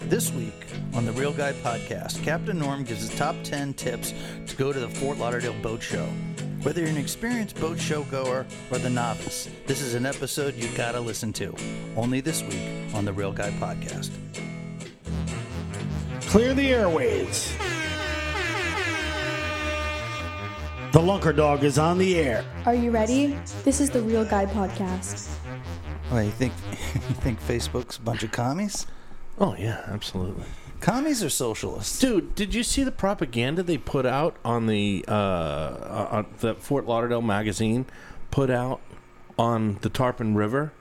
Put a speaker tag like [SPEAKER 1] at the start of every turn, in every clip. [SPEAKER 1] This week on the Real Guy podcast, Captain Norm gives his top 10 tips to go to the Fort Lauderdale Boat Show. Whether you're an experienced boat show goer or the novice, this is an episode you gotta listen to. Only this week on the Real Guy podcast.
[SPEAKER 2] Clear the airways. The Lunker Dog is on the air.
[SPEAKER 3] Are you ready? This is the Real Guy Podcast.
[SPEAKER 1] Well, Oh, you think you think Facebook's a bunch of commies?
[SPEAKER 4] Oh yeah, absolutely.
[SPEAKER 1] Commies are socialists.
[SPEAKER 4] Dude, did you see the propaganda they put out on the uh, on the Fort Lauderdale magazine put out on the Tarpon River?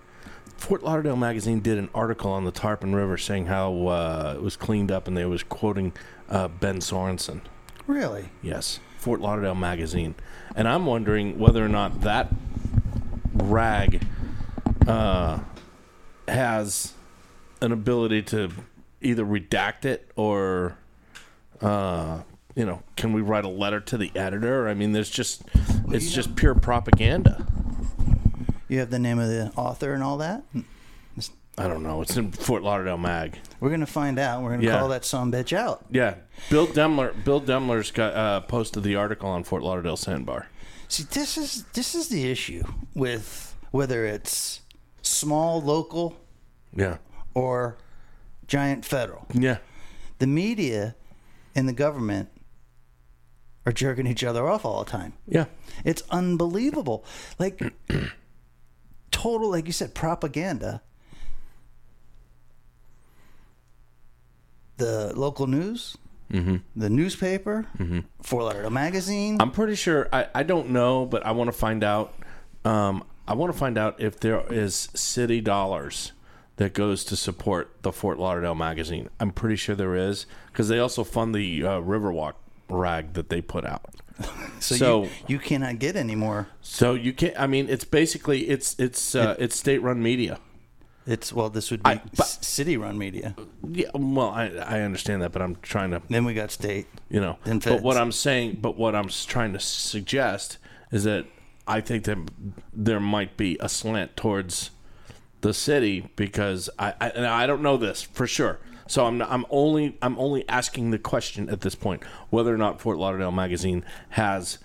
[SPEAKER 4] Fort Lauderdale magazine did an article on the Tarpon River saying how uh, it was cleaned up, and they was quoting uh, Ben Sorensen.
[SPEAKER 1] Really?
[SPEAKER 4] Yes, Fort Lauderdale magazine, and I'm wondering whether or not that rag uh, has an ability to either redact it or uh, you know can we write a letter to the editor i mean there's just it's just pure propaganda
[SPEAKER 1] You have the name of the author and all that?
[SPEAKER 4] i don't know it's in fort lauderdale mag
[SPEAKER 1] We're gonna find out. We're gonna
[SPEAKER 4] Yeah.
[SPEAKER 1] call that some bitch out.
[SPEAKER 4] yeah bill demler bill demler's got uh, posted the article on fort lauderdale sandbar
[SPEAKER 1] See, this is this is the issue with whether it's small local
[SPEAKER 4] yeah
[SPEAKER 1] or giant federal.
[SPEAKER 4] yeah
[SPEAKER 1] The media and the government are jerking each other off all the time.
[SPEAKER 4] yeah
[SPEAKER 1] It's unbelievable. Like total, like you said, propaganda. The local news, mm-hmm. the newspaper, mm-hmm. Fort Lauderdale magazine.
[SPEAKER 4] I'm pretty sure. I, I don't know, but I want to find out. Um, I want to find out if there is city dollars that goes to support the Fort Lauderdale magazine. I'm pretty sure there is because they also fund the uh, Riverwalk rag that they put out.
[SPEAKER 1] so
[SPEAKER 4] so-
[SPEAKER 1] you, you cannot get any more.
[SPEAKER 4] So you can not I mean, it's basically it's it's uh, it's state run media.
[SPEAKER 1] It's well, this would be
[SPEAKER 4] I- but-
[SPEAKER 1] city run media.
[SPEAKER 4] Yeah, well, I I understand that, but I'm trying to
[SPEAKER 1] Then we got state.
[SPEAKER 4] you know.
[SPEAKER 1] Then
[SPEAKER 4] But what
[SPEAKER 1] feds.
[SPEAKER 4] I'm saying, but what I'm s- trying to suggest is that I think that there might be a slant towards the city because I, I and I don't know this for sure. So I'm I'm only I'm only asking the question at this point whether or not Fort Lauderdale Magazine has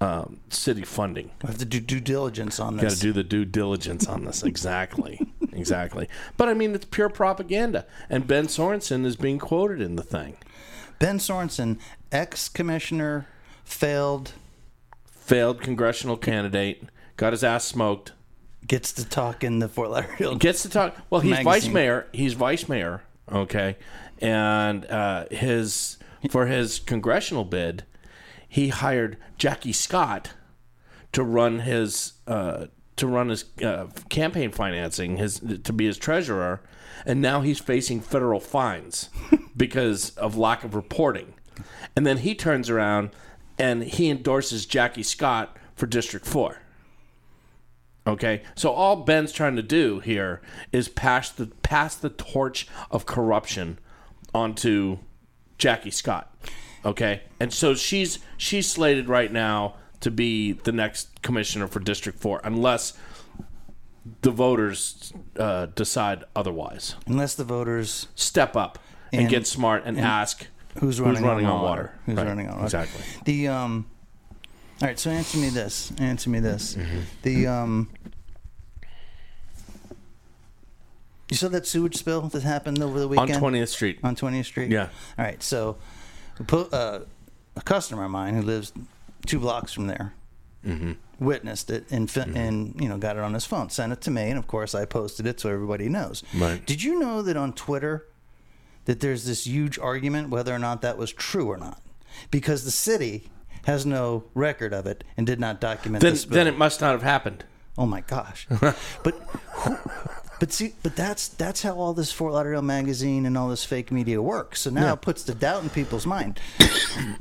[SPEAKER 4] um, city funding.
[SPEAKER 1] We have to do due diligence on
[SPEAKER 4] Got to
[SPEAKER 1] this.
[SPEAKER 4] do the due diligence on this. Exactly. exactly. But I mean, it's pure propaganda. And Ben Sorensen is being quoted in the thing.
[SPEAKER 1] ben Sorensen, ex commissioner, failed,
[SPEAKER 4] failed congressional candidate, got his ass smoked,
[SPEAKER 1] gets to talk in the Fort Lauderdale.
[SPEAKER 4] gets to talk. Well, he's vice
[SPEAKER 1] Magazine.
[SPEAKER 4] mayor. He's vice mayor. Okay, and uh, his for his congressional bid, he hired Jackie Scott to run his uh, to run his uh, campaign financing, his to be his treasurer, and now he's facing federal fines because of lack of reporting. And then he turns around and he endorses Jackie Scott for District Four. Okay, so all Ben's trying to do here is pass the pass the torch of corruption onto Jackie Scott. Okay, and so she's she's slated right now to be the next commissioner for District Four, unless the voters uh, decide otherwise.
[SPEAKER 1] Unless the voters
[SPEAKER 4] Step up and,
[SPEAKER 1] And-
[SPEAKER 4] get smart and, ask
[SPEAKER 1] who's running, on, water? Who's
[SPEAKER 4] Right,
[SPEAKER 1] running on water?
[SPEAKER 4] Exactly.
[SPEAKER 1] The um. All right, so answer me this. Answer me this. The um. You saw that sewage spill that happened over the
[SPEAKER 4] On
[SPEAKER 1] weekend
[SPEAKER 4] Twentieth Street.
[SPEAKER 1] on 20th Street.
[SPEAKER 4] Yeah.
[SPEAKER 1] All right, so a po- uh, a customer of mine who lives two blocks from there
[SPEAKER 4] Mm-hmm.
[SPEAKER 1] witnessed it and fi- and you know got it on his phone, sent it to me, and of course I posted it so everybody knows.
[SPEAKER 4] Right.
[SPEAKER 1] Did you know that on Twitter that there's this huge argument whether or not that was true or not because the city has no record of it and did not document
[SPEAKER 4] Then
[SPEAKER 1] the spill.
[SPEAKER 4] then it must not have happened.
[SPEAKER 1] Oh my gosh! but who- but see, but that's that's how all this Fort Lauderdale magazine and all this fake media works. So now it puts the doubt in people's mind.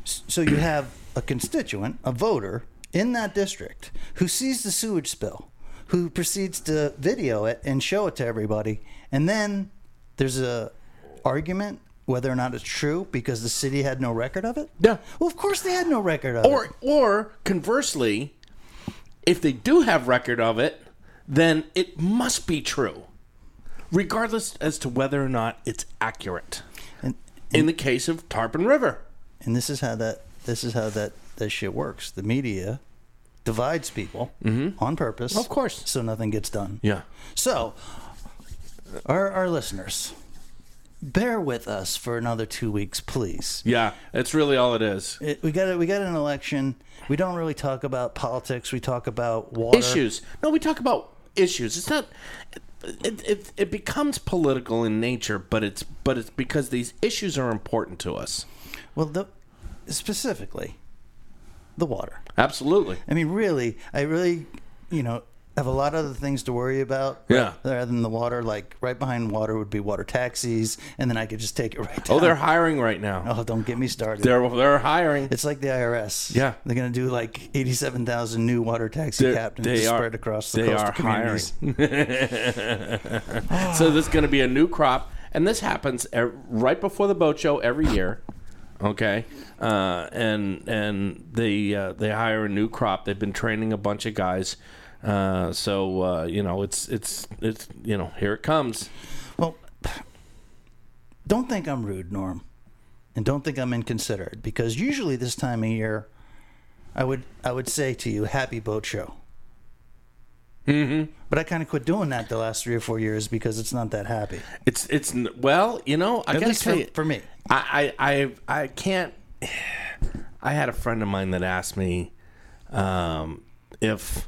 [SPEAKER 1] so you have a constituent, a voter in that district who sees the sewage spill, who proceeds to video it and show it to everybody, and then there's a argument whether or not it's true because the city had no record of it.
[SPEAKER 4] Yeah.
[SPEAKER 1] Well, of course they had no record of it.
[SPEAKER 4] Or or conversely, if they do have record of it, then it must be true, regardless as to whether or not it's accurate. in the case of Tarpon River.
[SPEAKER 1] and this is how that this is how that that shit works. The media divides people on purpose,
[SPEAKER 4] Mm-hmm. Of course.
[SPEAKER 1] so nothing gets done.
[SPEAKER 4] Yeah.
[SPEAKER 1] So, our our listeners, bear with us for another two weeks, please.
[SPEAKER 4] Yeah. That's really all it is.
[SPEAKER 1] It, we got a, we got an election. We don't really talk about politics. We talk about water
[SPEAKER 4] Issues. No, we talk about issues. It's not. It, it, it becomes political in nature, but it's but it's because these issues are important to us.
[SPEAKER 1] Well, the, specifically, the water.
[SPEAKER 4] Absolutely.
[SPEAKER 1] I mean, really, I really, you know, have a lot of other things to worry about.
[SPEAKER 4] Yeah.
[SPEAKER 1] Rather than the water, like right behind water would be water taxis, and then I could just take it right down.
[SPEAKER 4] Oh, they're hiring right now.
[SPEAKER 1] Oh, don't get me started.
[SPEAKER 4] They're they're hiring.
[SPEAKER 1] it's like the IRS.
[SPEAKER 4] Yeah.
[SPEAKER 1] They're going to do like 87,000 new water taxi
[SPEAKER 4] They're-
[SPEAKER 1] captains
[SPEAKER 4] they are-
[SPEAKER 1] spread across the
[SPEAKER 4] they
[SPEAKER 1] coastal
[SPEAKER 4] are
[SPEAKER 1] communities.
[SPEAKER 4] so there's going to be a new crop, and this happens e- right before the boat show every year. Okay, uh, and and they uh, they hire a new crop. They've been training a bunch of guys, uh, so uh, you know it's it's it's you know here it comes.
[SPEAKER 1] Well, don't think I'm rude, Norm, and don't think I'm inconsiderate because usually this time of year, I would I would say to you, "Happy boat show." Mm-hmm. But I kind of quit doing that the last three or four years because it's not that happy.
[SPEAKER 4] It's it's n- well, you know, I
[SPEAKER 1] At
[SPEAKER 4] gotta
[SPEAKER 1] least
[SPEAKER 4] tell
[SPEAKER 1] for,
[SPEAKER 4] you,
[SPEAKER 1] for me.
[SPEAKER 4] I, I I I can't. I had a friend of mine that asked me um, if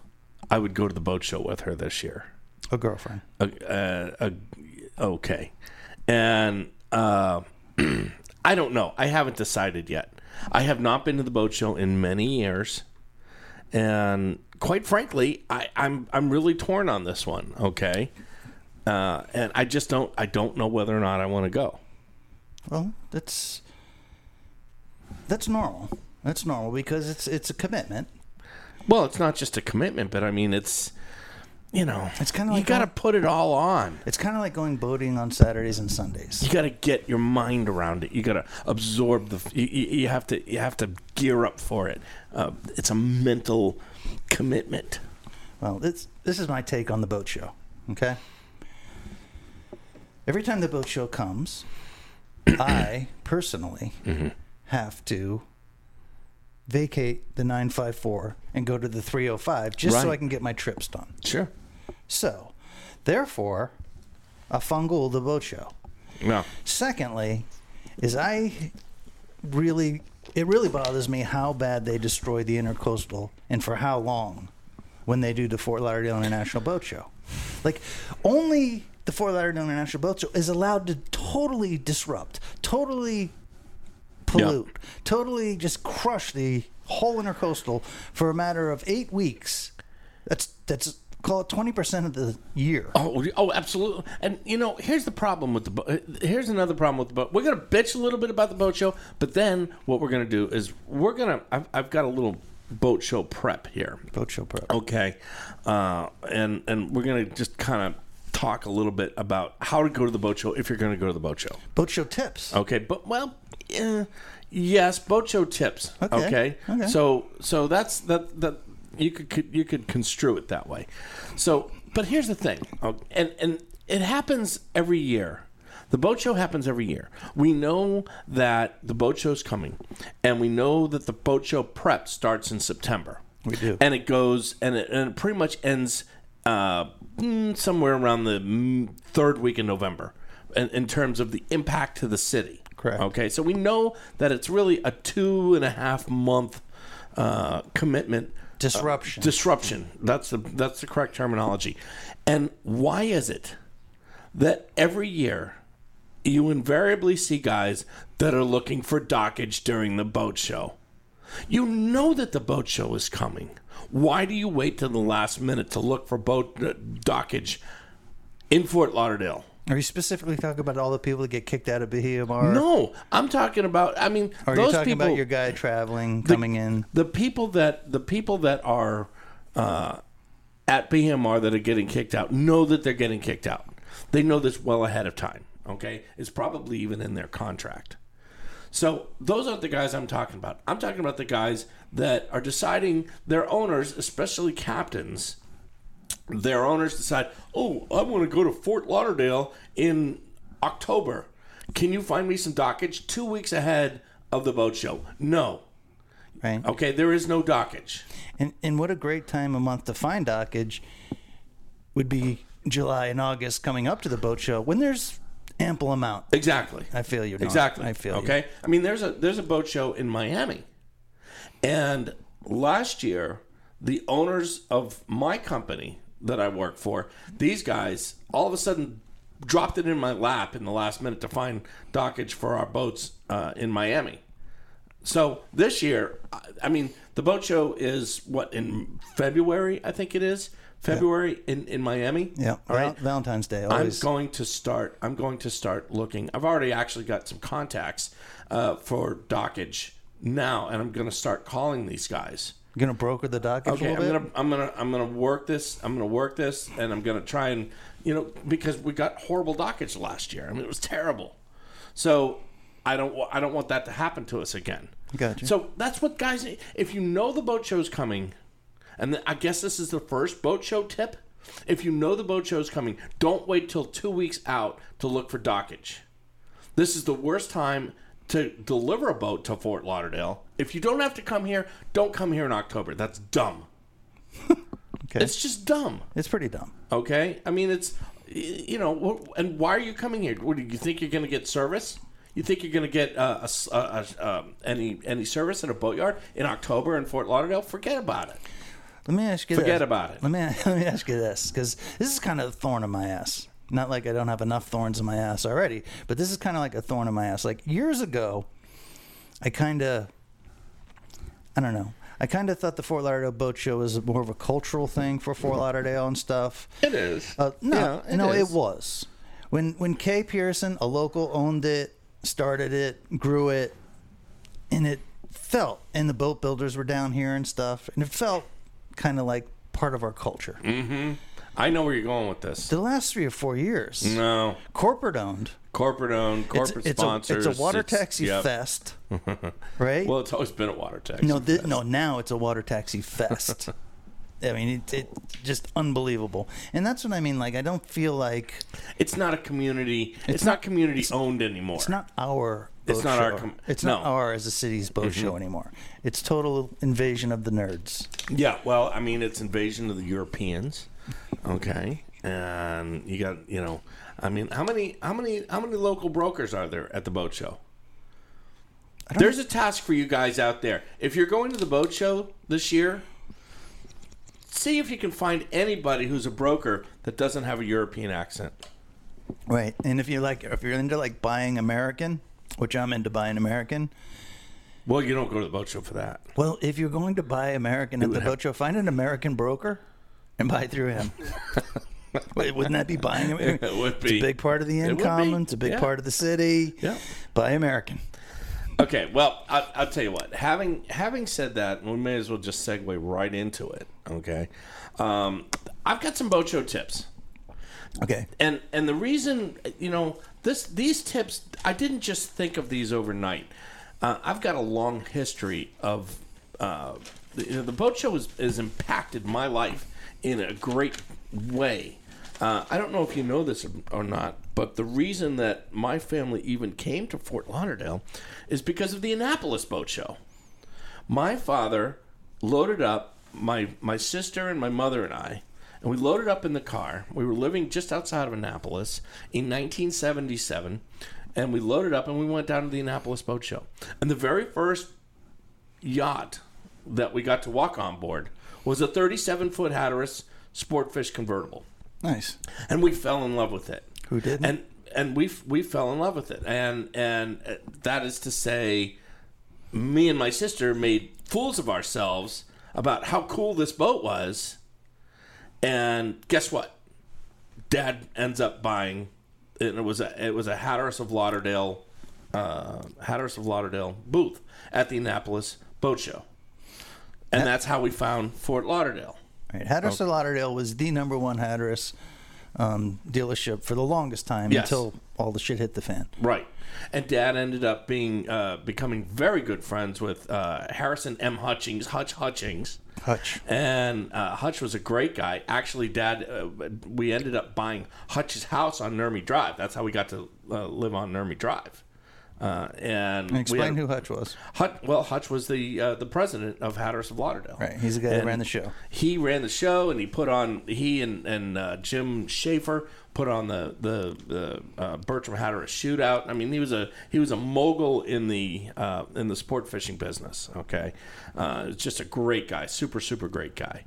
[SPEAKER 4] I would go to the boat show with her this year.
[SPEAKER 1] A girlfriend.
[SPEAKER 4] uh, uh, okay. And uh, I don't know. I haven't decided yet. I have not been to the boat show in many years, and quite frankly, I, I'm I'm really torn on this one. Okay, uh, and I just don't I don't know whether or not I want to go.
[SPEAKER 1] Well, that's that's normal. That's normal because it's it's a commitment.
[SPEAKER 4] Well, it's not just a commitment, but I mean it's you know
[SPEAKER 1] It's kinda
[SPEAKER 4] you
[SPEAKER 1] like
[SPEAKER 4] got to
[SPEAKER 1] going-
[SPEAKER 4] put it all on.
[SPEAKER 1] It's kind of like going boating on Saturdays and Sundays.
[SPEAKER 4] you got to get your mind around it. You got to absorb the. You, you you have to. You have to gear up for it. Uh, it's a mental commitment.
[SPEAKER 1] Well, this this is my take on the boat show. Okay. Every time the boat show comes, I personally have to vacate the 954 and go to the 305 just so
[SPEAKER 4] Right.
[SPEAKER 1] I can get my trips done.
[SPEAKER 4] Sure.
[SPEAKER 1] So, therefore, a fungal the boat show.
[SPEAKER 4] Yeah.
[SPEAKER 1] Secondly, is I really it really bothers me how bad they destroy the intercoastal and for how long when they do the Fort Lauderdale International Boat Show. Like only the Fort Lauderdale International Boat Show is allowed to totally disrupt, totally pollute, totally just crush the whole intercoastal for a matter of 8 weeks. That's that's call it 20% of the year.
[SPEAKER 4] Oh, oh, absolutely. And you know, here's the problem with the boat. Here's another problem with the boat. We're gonna bitch a little bit about the boat show, but then what we're gonna do is we're gonna. I've, I've got a little boat show prep here.
[SPEAKER 1] Boat show prep.
[SPEAKER 4] Okay, uh, and and we're gonna just kind of talk a little bit about how to go to the boat show if you're gonna go to the boat show.
[SPEAKER 1] Boat show tips.
[SPEAKER 4] Okay, but well, eh, yes, boat show tips.
[SPEAKER 1] Okay,
[SPEAKER 4] Okay.
[SPEAKER 1] okay.
[SPEAKER 4] So so that's that that you could, could you could construe it that way. So, but here's the thing, oh, and and it happens every year. The boat show happens every year. We know that the boat show's coming, and we know that the boat show prep starts in September.
[SPEAKER 1] We do.
[SPEAKER 4] and it goes and it, and it pretty much ends uh, mm, somewhere around the mm, third week in November, in, in terms of the impact to the city.
[SPEAKER 1] Correct.
[SPEAKER 4] Okay, so we know that it's really a two and a half month uh, commitment.
[SPEAKER 1] Disruption.
[SPEAKER 4] Disruption. That's the that's the correct terminology. And why is it that every year you invariably see guys that are looking for dockage during the boat show? You know that the boat show is coming. Why do you wait till the last minute to look for boat uh, dockage in Fort Lauderdale?
[SPEAKER 1] Are you specifically talking about all the people that get kicked out of Bahia Bar?
[SPEAKER 4] No, I'm talking about. I mean,
[SPEAKER 1] Or are you
[SPEAKER 4] those
[SPEAKER 1] talking
[SPEAKER 4] people.
[SPEAKER 1] about your guy traveling, coming in?
[SPEAKER 4] the people that the people that are uh, at BMR that are getting kicked out know that they're getting kicked out. They know this well ahead of time. Okay, it's probably even in their contract. So those aren't the guys I'm talking about. I'm talking about the guys that are deciding their owners, especially captains. Their owners decide, oh, I want to go to Fort Lauderdale in October. Can you find me some dockage two weeks ahead of the boat show? No.
[SPEAKER 1] right?
[SPEAKER 4] Okay, there is no dockage.
[SPEAKER 1] And and what a great time a month to find dockage would be July and August coming up to the boat show when there's ample amount.
[SPEAKER 4] Exactly.
[SPEAKER 1] I feel you. Don.
[SPEAKER 4] exactly.
[SPEAKER 1] I feel you.
[SPEAKER 4] Okay. I mean, there's a there's a boat show in Miami, and last year the owners of my company that I work for, these guys, all of a sudden dropped it in my lap in the last minute to find dockage for our boats uh, in Miami. So this year, I- I mean, the boat show is what in February, I think it is February in in Miami.
[SPEAKER 1] Yeah.
[SPEAKER 4] All right.
[SPEAKER 1] Val- Valentine's Day
[SPEAKER 4] I'm
[SPEAKER 1] always.
[SPEAKER 4] going to start. I'm going to start looking. I've already actually got some contacts uh, for dockage now, and I'm going to start calling these guys.
[SPEAKER 1] going to broker the dockage a
[SPEAKER 4] Okay, I'm
[SPEAKER 1] little bit.
[SPEAKER 4] gonna, I'm gonna, I'm gonna work this. I'm gonna work this, and I'm gonna try and you know because we got horrible dockage last year. I mean, it was terrible. So I don't, wa- I don't want that to happen to us again.
[SPEAKER 1] Gotcha.
[SPEAKER 4] So that's what guys. If you know the boat show's coming, and I guess this is the first boat show tip. If you know the boat show's coming, don't wait till two weeks out to look for dockage. This is the worst time to deliver a boat to Fort Lauderdale. If you don't have to come here, don't come here in October. That's dumb.
[SPEAKER 1] okay.
[SPEAKER 4] It's just dumb.
[SPEAKER 1] It's pretty dumb.
[SPEAKER 4] Okay? I mean, it's, y- you know, wh- and why are you coming here? What, do you think you're going to get service? You think you're going to get uh, a s- a- a- um, any any service at a boatyard in October in Fort Lauderdale? Forget about it.
[SPEAKER 1] Let me ask you
[SPEAKER 4] Forget
[SPEAKER 1] this.
[SPEAKER 4] about it.
[SPEAKER 1] Let me, let me ask you this because this is kind of a thorn in my ass. Not like I don't have enough thorns in my ass already, but this is kind of like a thorn in my ass. Like years ago, I kind of, I don't know. I kind of thought the Fort Lauderdale Boat Show was more of a cultural thing for Fort Lauderdale and stuff.
[SPEAKER 4] It is.
[SPEAKER 1] Uh, no,
[SPEAKER 4] Yeah, it
[SPEAKER 1] no,
[SPEAKER 4] is.
[SPEAKER 1] it was. When when Kay Pearson, a local, owned it, started it, grew it, and it felt, and the boat builders were down here and stuff, and it felt kind of like part of our culture.
[SPEAKER 4] Mm. I know where you're going with this.
[SPEAKER 1] The last three or four years,
[SPEAKER 4] No.
[SPEAKER 1] corporate owned.
[SPEAKER 4] Corporate owned,
[SPEAKER 1] It's,
[SPEAKER 4] Mm. corporate
[SPEAKER 1] it's, a,
[SPEAKER 4] sponsors.
[SPEAKER 1] it's a water taxi
[SPEAKER 4] yep.
[SPEAKER 1] fest, right?
[SPEAKER 4] Well, it's always been a water taxi.
[SPEAKER 1] no, thi- no, now it's a water taxi fest. I mean, it, it just unbelievable, and that's what I mean. Like, I don't feel like
[SPEAKER 4] It's not a community. It's, not community owned anymore.
[SPEAKER 1] It's not our. Boat
[SPEAKER 4] It's not
[SPEAKER 1] show.
[SPEAKER 4] our com-
[SPEAKER 1] it's not
[SPEAKER 4] no. Mm-hmm.
[SPEAKER 1] our as a city's boat show anymore. It's total invasion of the nerds.
[SPEAKER 4] Yeah, well, I mean, it's invasion of the Europeans. Okay, and you got you know, I mean, how many how many how many local brokers are there at the boat show? There's a task for you guys out there. If you're going to the boat show this year, see if you can find anybody who's a broker that doesn't have a European accent.
[SPEAKER 1] Right. And if you like, if you're into like buying American, which I'm into buying American.
[SPEAKER 4] Well, you don't go to the boat show for that.
[SPEAKER 1] Well, if you're going to buy American at the boat show, find an American broker and buy through him. Wait, wouldn't that be buying? Amer-
[SPEAKER 4] It would
[SPEAKER 1] It's
[SPEAKER 4] be.
[SPEAKER 1] a big part of the
[SPEAKER 4] It would be.
[SPEAKER 1] income. It's a big
[SPEAKER 4] Yeah.
[SPEAKER 1] part of the city.
[SPEAKER 4] Yeah.
[SPEAKER 1] Buy American.
[SPEAKER 4] Okay, well, I, I'll tell you what. Having having said that, we may as well just segue right into it. Okay, um, I've got some boat show tips,
[SPEAKER 1] Okay.
[SPEAKER 4] and and the reason you know this these tips, I didn't just think of these overnight. Uh, I've got a long history of uh, the, you know, the boat show has, has impacted my life in a great way. Uh, I don't know if you know this or- or not, but the reason that my family even came to Fort Lauderdale is because of the Annapolis Boat Show my father loaded up my my sister and my mother and I, and we loaded up in the car. We were living just outside of Annapolis in 1977, and we loaded up and we went down to the Annapolis Boat Show. And the very first yacht that we got to walk on board was a 37 foot Hatteras Sportfish convertible
[SPEAKER 1] Nice.
[SPEAKER 4] and we fell in love with it.
[SPEAKER 1] Who didn't?
[SPEAKER 4] And and we we fell in love with it, and and uh, that is to say, me and my sister made fools of ourselves about how cool this boat was, and guess what? Dad ends up buying, and it was a it was a Hatteras of Lauderdale, uh, Hatteras of Lauderdale booth at the Annapolis Boat Show, and that's how we found Fort Lauderdale.
[SPEAKER 1] Right. Hatteras of Lauderdale was the number one Hatteras um, dealership for the longest time
[SPEAKER 4] Yes.
[SPEAKER 1] until all the shit hit the fan.
[SPEAKER 4] Right. And Dad ended up being uh, becoming very good friends with uh, Harrison M. Hutchings, Hutch Hutchings,
[SPEAKER 1] Hutch.
[SPEAKER 4] And uh, Hutch was a great guy. Actually, Dad, uh, we ended up buying Hutch's house on Nurmy Drive. That's how we got to uh, live on Nurmy Drive. Uh, and we
[SPEAKER 1] Explain
[SPEAKER 4] had-
[SPEAKER 1] who Hutch was.
[SPEAKER 4] Hutch. Well, Hutch was the uh, the president of Hatters of Lauderdale.
[SPEAKER 1] Right, he's the guy that
[SPEAKER 4] And
[SPEAKER 1] ran the show.
[SPEAKER 4] He ran the show, and he put on he and and uh, Jim Schaefer put on the the, the uh, Bertram Hatteras shootout. I mean, he was a he was a mogul in the uh, in the sport fishing business. Okay, uh, just a great guy, super super great guy.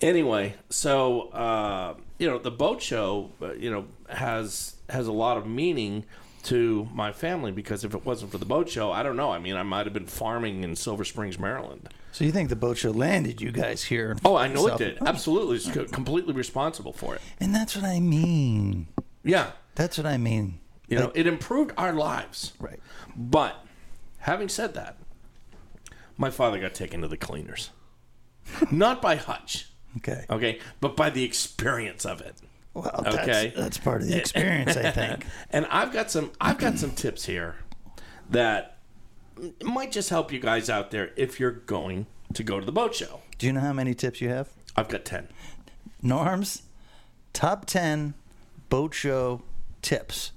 [SPEAKER 4] Anyway, so uh, you know the boat show, uh, you know has has a lot of meaning to my family because if it wasn't for the boat show, I don't know. I mean, I might have been farming in Silver Springs, Maryland.
[SPEAKER 1] So you think the boat show landed you guys here? in
[SPEAKER 4] Oh, I know
[SPEAKER 1] South-
[SPEAKER 4] it did. Absolutely, it's co- completely responsible for it.
[SPEAKER 1] And that's what I mean.
[SPEAKER 4] Yeah,
[SPEAKER 1] That's what I mean.
[SPEAKER 4] you know, it improved our lives.
[SPEAKER 1] Right.
[SPEAKER 4] But having said that, my father got taken to the cleaners, not by Hutch,
[SPEAKER 1] Okay.
[SPEAKER 4] okay, but by the experience of it.
[SPEAKER 1] Well,
[SPEAKER 4] Okay.
[SPEAKER 1] that's, that's part of the experience, I think.
[SPEAKER 4] And I've got some I've got some tips here that m- might just help you guys out there if you're going to go to the boat show.
[SPEAKER 1] Do you know how many tips you have?
[SPEAKER 4] I've got ten.
[SPEAKER 1] Norms, top 10 boat show tips.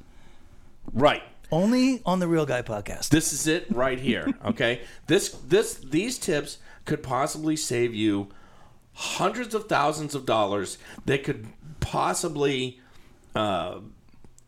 [SPEAKER 4] Right.
[SPEAKER 1] Only on the Real Guy podcast.
[SPEAKER 4] This is it right here. Okay. this this these tips could possibly save you hundreds of thousands of dollars. They could possibly uh,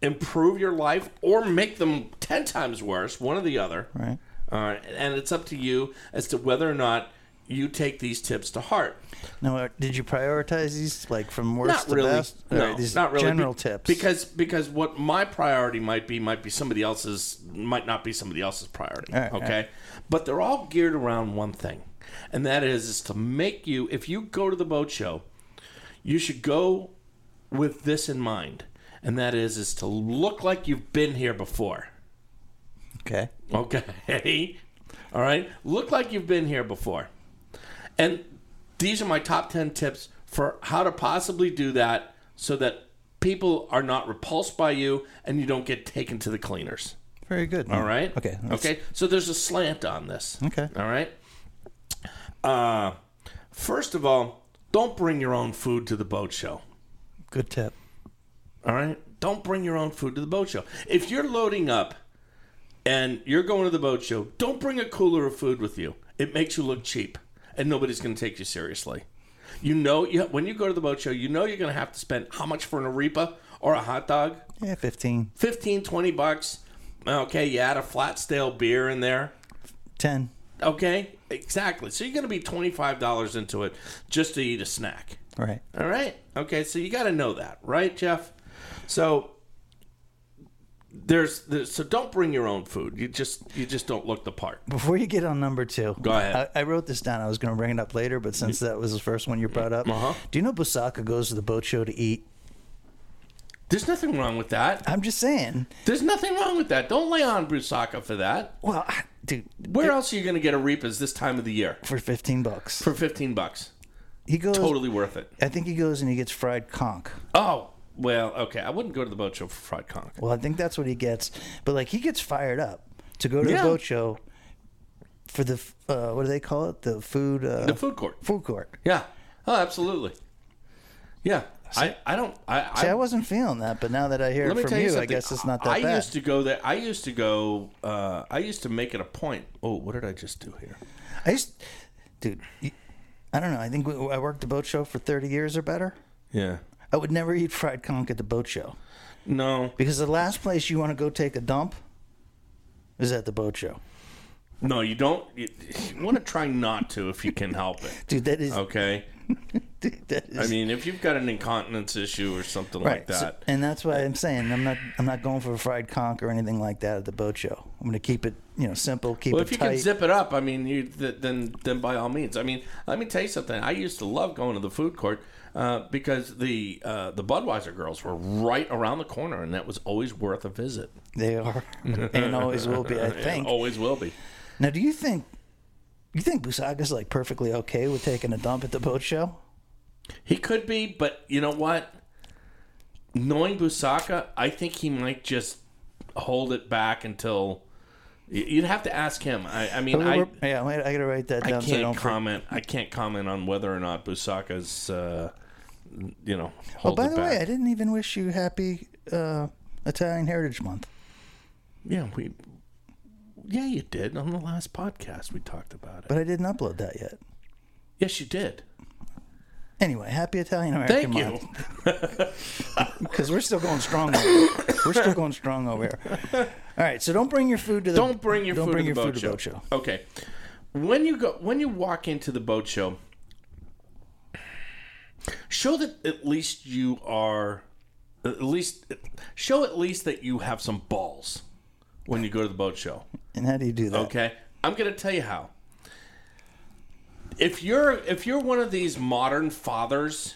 [SPEAKER 4] improve your life or make them ten times worse. One or the other.
[SPEAKER 1] Right.
[SPEAKER 4] All right. And it's up to you as to whether or not you take these tips to heart.
[SPEAKER 1] Now, uh, did you prioritize these like from worst to best? All
[SPEAKER 4] No,
[SPEAKER 1] right, these
[SPEAKER 4] not really.
[SPEAKER 1] General
[SPEAKER 4] Be-
[SPEAKER 1] tips.
[SPEAKER 4] because because what my priority might be might be somebody else's might not be somebody else's priority.
[SPEAKER 1] All right, all
[SPEAKER 4] okay, but they're all geared around one thing, and that is is to make you. If you go to the boat show, you should go with this in mind, and that is is to look like you've been here before.
[SPEAKER 1] okay.
[SPEAKER 4] Okay. All right. Look like you've been here before. And these are my top 10 tips for how to possibly do that so that people are not repulsed by you and you don't get taken to the cleaners.
[SPEAKER 1] Very good.
[SPEAKER 4] All right.
[SPEAKER 1] Hmm. Okay. that's-
[SPEAKER 4] Okay. So there's a slant on this.
[SPEAKER 1] Okay.
[SPEAKER 4] All right. Uh, first of all, don't bring your own food to the boat show.
[SPEAKER 1] Good tip.
[SPEAKER 4] All right. Don't bring your own food to the boat show. If you're loading up and you're going to the boat show, don't bring a cooler of food with you. It makes you look cheap and nobody's going to take you seriously. You know, you, when you go to the boat show, you know you're going to have to spend how much for an arepa or a hot dog?
[SPEAKER 1] Yeah, 15,
[SPEAKER 4] 15, 20 bucks. Okay, you add a flat stale beer in there.
[SPEAKER 1] 10.
[SPEAKER 4] Okay, exactly. So you're going to be $25 into it just to eat a snack.
[SPEAKER 1] All right.
[SPEAKER 4] All right. Okay. So you got to know that, right, Jeff? So there's, there's so don't bring your own food. You just you just don't look the part.
[SPEAKER 1] Before you get on number two,
[SPEAKER 4] Go ahead.
[SPEAKER 1] I, I wrote this down. I was going to bring it up later, but since that was the first one you brought up,
[SPEAKER 4] Uh-huh.
[SPEAKER 1] do you know Busaka goes to the boat show to eat?
[SPEAKER 4] There's nothing wrong with that.
[SPEAKER 1] I'm just saying.
[SPEAKER 4] There's nothing wrong with that. Don't lay on Brusaka for that.
[SPEAKER 1] Well, I- dude,
[SPEAKER 4] Where else are you going to get arepas this time of the year
[SPEAKER 1] for 15 bucks,
[SPEAKER 4] for 15 bucks?
[SPEAKER 1] he goes.
[SPEAKER 4] Totally worth it.
[SPEAKER 1] I think he goes and he gets fried conch.
[SPEAKER 4] Oh well, okay. I wouldn't go to the boat show for fried conch.
[SPEAKER 1] Well, I think that's what he gets. But like, he gets fired up to go to
[SPEAKER 4] Yeah.
[SPEAKER 1] the boat show for the f- uh, what do they call it? The food. Uh,
[SPEAKER 4] The food court.
[SPEAKER 1] Food court.
[SPEAKER 4] Yeah. Oh, absolutely. Yeah. I, I don't. I,
[SPEAKER 1] See, I
[SPEAKER 4] I
[SPEAKER 1] wasn't feeling that, but now that I hear it from you, I guess it's not that
[SPEAKER 4] I
[SPEAKER 1] bad.
[SPEAKER 4] used to go there. I used to go. Uh, I used to make it a point. Oh, what did I just do here?
[SPEAKER 1] I used, dude. you- I don't know. I think we, I worked the boat show for thirty years or better.
[SPEAKER 4] Yeah.
[SPEAKER 1] I would never eat fried conch at the boat show
[SPEAKER 4] No.
[SPEAKER 1] because the last place you want to go take a dump is at the boat show,
[SPEAKER 4] No, you don't. You, you want to try not to if you can help it.
[SPEAKER 1] dude. That is,
[SPEAKER 4] Okay.
[SPEAKER 1] dude, that is
[SPEAKER 4] Oh. I mean, if you've got an incontinence issue or something like
[SPEAKER 1] so-
[SPEAKER 4] that.
[SPEAKER 1] and that's why I'm saying I'm not I'm not going for a fried conch or anything like that at the boat show. I'm going to keep it you know simple, keep
[SPEAKER 4] well,
[SPEAKER 1] it
[SPEAKER 4] if you
[SPEAKER 1] tight.
[SPEAKER 4] can zip it up, I mean, you th- then then by all means. I mean, let me tell you something. I used to love going to the food court uh, because the uh, the Budweiser girls were right around the corner, and that was always worth a visit.
[SPEAKER 1] they are and always will be. I
[SPEAKER 4] And
[SPEAKER 1] think.
[SPEAKER 4] always will be.
[SPEAKER 1] Now, do you think you think Busaga's like perfectly okay with taking a dump at the boat show?
[SPEAKER 4] He could be, but you know what? Knowing Busaka, I think he might just hold it back until Y- You'd have to ask him. I, I mean, I,
[SPEAKER 1] We're- yeah, wait, I gotta write that
[SPEAKER 4] I
[SPEAKER 1] down so I
[SPEAKER 4] can't
[SPEAKER 1] don't. forget.
[SPEAKER 4] comment. I can't comment on whether or not Busaka's, uh, you know.
[SPEAKER 1] oh, by
[SPEAKER 4] holds it
[SPEAKER 1] the way,
[SPEAKER 4] back.
[SPEAKER 1] I didn't even wish you happy uh, Italian Heritage Month.
[SPEAKER 4] yeah, we, yeah, you did on the last podcast. We talked about it.
[SPEAKER 1] But I didn't upload that yet.
[SPEAKER 4] yes, you did.
[SPEAKER 1] Anyway, happy Italian American
[SPEAKER 4] Thank you.
[SPEAKER 1] Month. Because we're still going strong over here. We're still going strong over here. All right, so don't bring your food to the
[SPEAKER 4] Don't bring your
[SPEAKER 1] don't
[SPEAKER 4] food
[SPEAKER 1] bring
[SPEAKER 4] to
[SPEAKER 1] your
[SPEAKER 4] the boat,
[SPEAKER 1] food
[SPEAKER 4] show.
[SPEAKER 1] to boat show.
[SPEAKER 4] Okay. When you go when you walk into the boat show, show that at least you are at least show at least that you have some balls when you go to the boat show.
[SPEAKER 1] And how do you do that?
[SPEAKER 4] Okay, I'm gonna tell you how. If you're if you're one of these modern fathers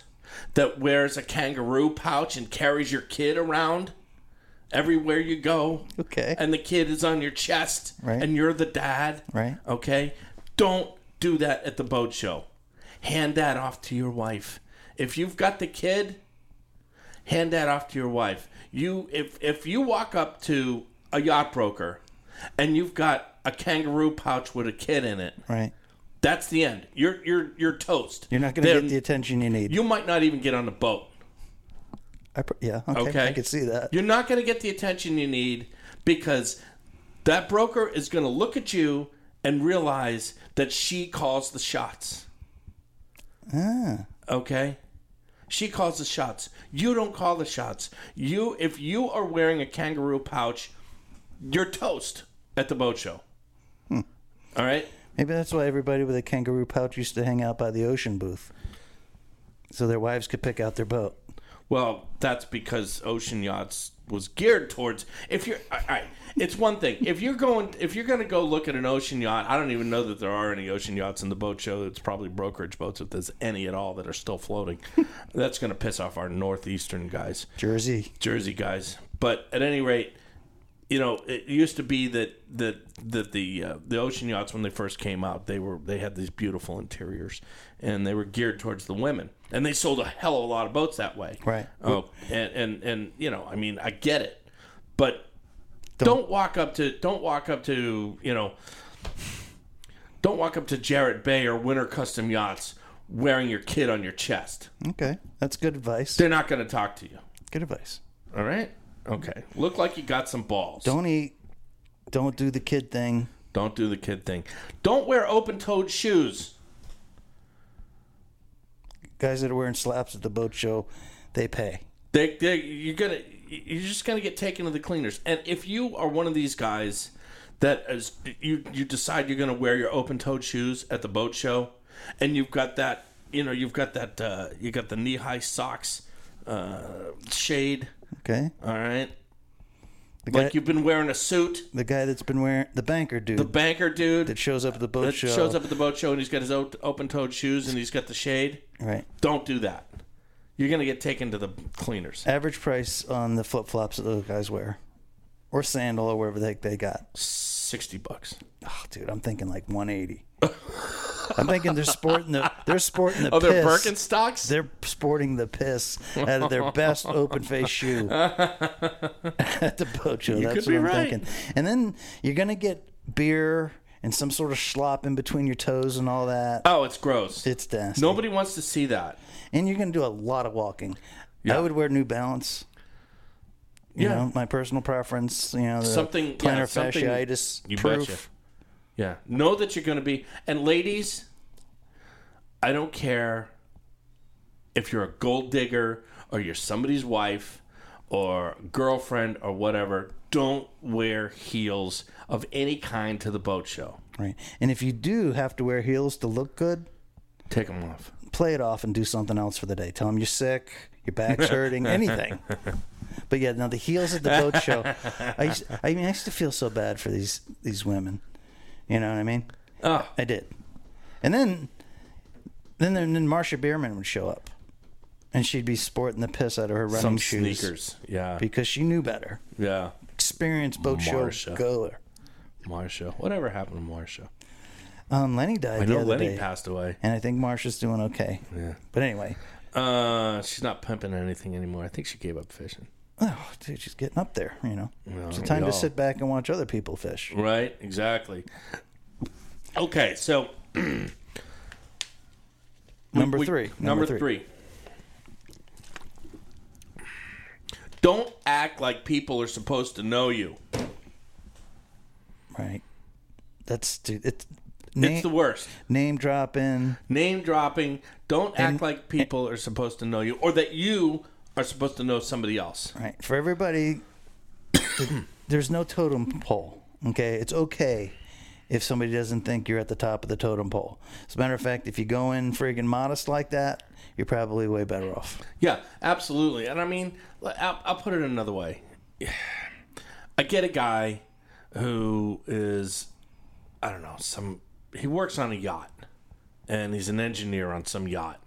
[SPEAKER 4] that wears a kangaroo pouch and carries your kid around everywhere you go,
[SPEAKER 1] Okay.
[SPEAKER 4] and the kid is on your chest,
[SPEAKER 1] Right.
[SPEAKER 4] and you're the dad,
[SPEAKER 1] Right.
[SPEAKER 4] Okay, don't do that at the boat show. Hand that off to your wife. If you've got the kid, hand that off to your wife. You if if you walk up to a yacht broker and you've got a kangaroo pouch with a kid in it,
[SPEAKER 1] Right.
[SPEAKER 4] that's the end. You're you're you're toast.
[SPEAKER 1] You're not going to
[SPEAKER 4] Then
[SPEAKER 1] get the attention you need.
[SPEAKER 4] You might not even get on the boat.
[SPEAKER 1] I pr- yeah, okay,
[SPEAKER 4] Okay.
[SPEAKER 1] I could see that.
[SPEAKER 4] You're not going to get the attention you need because that broker is going to look at you and realize that she calls the shots. Okay? She calls the shots. You don't call the shots. You if you are wearing a kangaroo pouch, you're toast at the boat show. All right?
[SPEAKER 1] Maybe that's why everybody with a kangaroo pouch used to hang out by the ocean booth, so their wives could pick out their boat.
[SPEAKER 4] Well, that's because Ocean Yachts was geared towards. If you're, all right, it's one thing. If you're going, if you're going to go look at an ocean yacht, I don't even know that there are any ocean yachts in the boat show. It's probably brokerage boats, if there's any at all, that are still floating. that's going to piss off our northeastern guys.
[SPEAKER 1] Jersey.
[SPEAKER 4] Jersey guys. But at any rate, you know, it used to be that that that the uh, the ocean yachts when they first came out, they were they had these beautiful interiors, and they were geared towards the women, and they sold a hell of a lot of boats that way.
[SPEAKER 1] Right.
[SPEAKER 4] Oh, and and and you know, I mean, I get it, but don't, walk up to don't walk up to you know. Don't walk up to Jarrett Bay or Winter Custom Yachts wearing your kid on your chest.
[SPEAKER 1] Okay, that's good advice.
[SPEAKER 4] They're not going to talk to you.
[SPEAKER 1] Good advice.
[SPEAKER 4] All right. Okay. Look like you got some balls.
[SPEAKER 1] Don't eat. Don't do the kid thing.
[SPEAKER 4] Don't do the kid thing. Don't wear open-toed shoes.
[SPEAKER 1] Guys that are wearing slaps at the boat show, they pay.
[SPEAKER 4] They, they, you're gonna, you're just gonna get taken to the cleaners. And if you are one of these guys that is, you you decide you're gonna wear your open-toed shoes at the boat show, and you've got that, you know, you've got that, uh, you got the knee-high socks uh, shade.
[SPEAKER 1] Okay.
[SPEAKER 4] All right.
[SPEAKER 1] The guy,
[SPEAKER 4] Like you've been wearing a suit.
[SPEAKER 1] the guy that's been wearing the banker dude
[SPEAKER 4] The banker dude
[SPEAKER 1] that shows up at the boat
[SPEAKER 4] that
[SPEAKER 1] show.
[SPEAKER 4] shows up at the boat show and he's got his o- open-toed shoes and he's got the shade.
[SPEAKER 1] Right.
[SPEAKER 4] Don't do that. You're gonna get taken to the cleaners.
[SPEAKER 1] Average price on the flip flops that those guys wear, or sandal or whatever the heck they got.
[SPEAKER 4] Sixty bucks.
[SPEAKER 1] Oh, dude, I'm thinking like 180. I'm thinking they're sporting the they're sporting the
[SPEAKER 4] Oh, they're
[SPEAKER 1] piss.
[SPEAKER 4] Birkenstocks.
[SPEAKER 1] They're sporting the piss out of their best open face shoe at the boat show. That's
[SPEAKER 4] could
[SPEAKER 1] what
[SPEAKER 4] be
[SPEAKER 1] I'm
[SPEAKER 4] right.
[SPEAKER 1] thinking. And then you're gonna get beer and some sort of schlop in between your toes and all that.
[SPEAKER 4] oh, it's gross.
[SPEAKER 1] It's nasty.
[SPEAKER 4] Nobody wants to see that.
[SPEAKER 1] And you're gonna do a lot of walking. I would wear New Balance. You
[SPEAKER 4] Yeah.
[SPEAKER 1] know, my personal preference. You know, the
[SPEAKER 4] Something- yeah,
[SPEAKER 1] plantar
[SPEAKER 4] something-
[SPEAKER 1] fasciitis
[SPEAKER 4] You
[SPEAKER 1] proof.
[SPEAKER 4] betcha. Yeah. Know that you're gonna be. And ladies, I don't care if you're a gold digger or you're somebody's wife or girlfriend or whatever. Don't wear heels of any kind to the boat show.
[SPEAKER 1] Right. And if you do have to wear heels to look good,
[SPEAKER 4] Take them off.
[SPEAKER 1] play it off and do something else for the day. Tell them you're sick, your back's hurting, anything. But yeah, now the heels at the boat show. I, used, I mean, I used to feel so bad for these these women. You know what I mean?
[SPEAKER 4] Oh,
[SPEAKER 1] I did. And then, then then Marsha Bierman would show up, and she'd be sporting the piss out of her running
[SPEAKER 4] some
[SPEAKER 1] shoes
[SPEAKER 4] sneakers. Yeah.
[SPEAKER 1] because she knew better.
[SPEAKER 4] Yeah.
[SPEAKER 1] Experienced boat show
[SPEAKER 4] Marsha.
[SPEAKER 1] goer.
[SPEAKER 4] Marsha. Whatever happened to Marsha?
[SPEAKER 1] Um, Lenny died
[SPEAKER 4] I
[SPEAKER 1] the
[SPEAKER 4] know
[SPEAKER 1] other
[SPEAKER 4] Lenny
[SPEAKER 1] day,
[SPEAKER 4] passed away.
[SPEAKER 1] and I think Marsha's doing okay. Yeah. But anyway,
[SPEAKER 4] Uh, she's not pimping anything anymore. I think she gave up fishing.
[SPEAKER 1] oh, dude, she's getting up there. You know, it's time to
[SPEAKER 4] we all-
[SPEAKER 1] sit back and watch other people fish.
[SPEAKER 4] Right, exactly. Okay, so
[SPEAKER 1] Number
[SPEAKER 4] we-
[SPEAKER 1] three.
[SPEAKER 4] Number, three. Don't act like people are supposed to know you.
[SPEAKER 1] Right. That's dude. It's
[SPEAKER 4] It's
[SPEAKER 1] name,
[SPEAKER 4] the worst.
[SPEAKER 1] name dropping.
[SPEAKER 4] Name dropping. Don't act like people are supposed to know you or that you are supposed to know somebody else.
[SPEAKER 1] Right. For everybody, th- there's no totem pole. Okay. It's okay if somebody doesn't think you're at the top of the totem pole. As a matter of fact, if you go in friggin' modest like that, you're probably way better off.
[SPEAKER 4] Yeah, absolutely. And I mean, I'll, I'll put it another way. I get a guy who is, I don't know, some, he works on a yacht and he's an engineer on some yacht.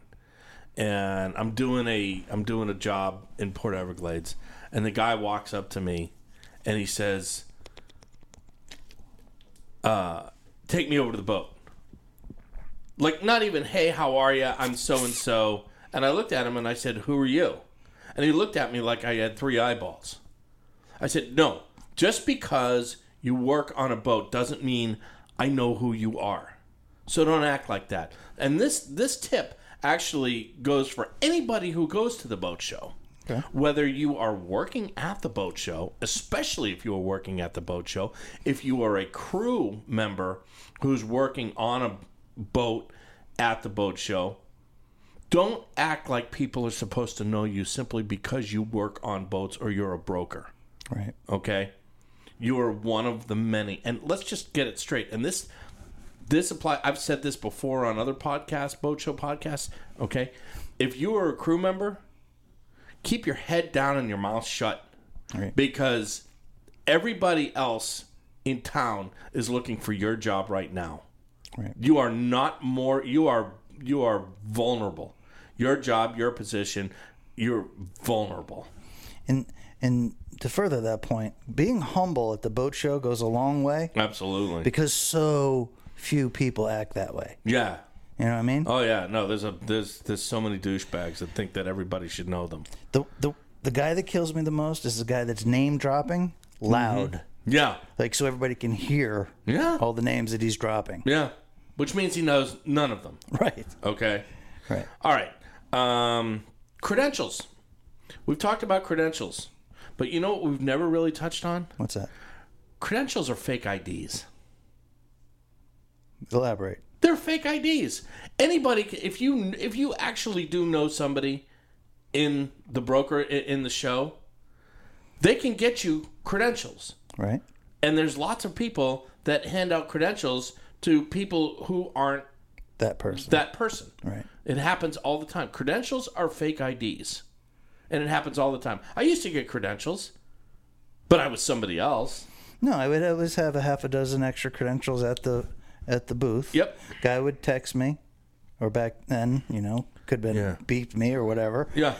[SPEAKER 4] And I'm doing a, I'm doing a job in Port Everglades. And the guy walks up to me and he says, uh, take me over to the boat. Like, not even, hey, how are you? I'm so and so. And I looked at him and I said, who are you? And he looked at me like I had three eyeballs. I said, no, just because you work on a boat doesn't mean I know who you are. So don't act like that. And this this tip actually goes for anybody who goes to the boat show. Whether you are working at the boat show, especially if you are working at the boat show, if you are a crew member who's working on a boat at the boat show, don't act like people are supposed to know you simply because you work on boats or you're a broker
[SPEAKER 1] Right.
[SPEAKER 4] okay you are one of the many and let's just get it straight and this this apply i've said this before on other podcasts boat show podcasts okay if you are a crew member keep your head down and your mouth shut
[SPEAKER 1] Right.
[SPEAKER 4] because everybody else in town is looking for your job right now
[SPEAKER 1] Right.
[SPEAKER 4] you are not more you are you are vulnerable your job your position you're vulnerable
[SPEAKER 1] And and to further that point, being humble at the boat show goes a long way
[SPEAKER 4] absolutely
[SPEAKER 1] because so few people act that way.
[SPEAKER 4] yeah
[SPEAKER 1] You know what I mean?
[SPEAKER 4] Oh yeah, no. There's a there's there's so many douchebags that think that everybody should know them.
[SPEAKER 1] The the the guy that kills me the most is the guy that's name dropping loud.
[SPEAKER 4] Yeah,
[SPEAKER 1] Like so everybody can hear
[SPEAKER 4] Mm-hmm. Yeah.
[SPEAKER 1] all the names that he's dropping.
[SPEAKER 4] yeah. Which means he knows none of them.
[SPEAKER 1] Right.
[SPEAKER 4] Okay.
[SPEAKER 1] Right.
[SPEAKER 4] All right. Um, credentials. We've talked about credentials, but you know what we've never really touched on?
[SPEAKER 1] What's that?
[SPEAKER 4] Credentials are fake IDs.
[SPEAKER 1] Elaborate.
[SPEAKER 4] They're fake IDs. Anybody, c- if you if you actually do know somebody in the broker i- in the show, they can get you credentials.
[SPEAKER 1] Right.
[SPEAKER 4] and there's lots of people that hand out credentials to people who aren't
[SPEAKER 1] That person.
[SPEAKER 4] that person.
[SPEAKER 1] Right.
[SPEAKER 4] It happens all the time. Credentials are fake IDs, and it happens all the time. I used to get credentials, but I was somebody else.
[SPEAKER 1] No, I would always have a half a dozen extra credentials at the at the booth.
[SPEAKER 4] Yep.
[SPEAKER 1] Guy would text me, or back then, you know, could have been
[SPEAKER 4] Yeah.
[SPEAKER 1] beeped me or whatever.
[SPEAKER 4] Yeah,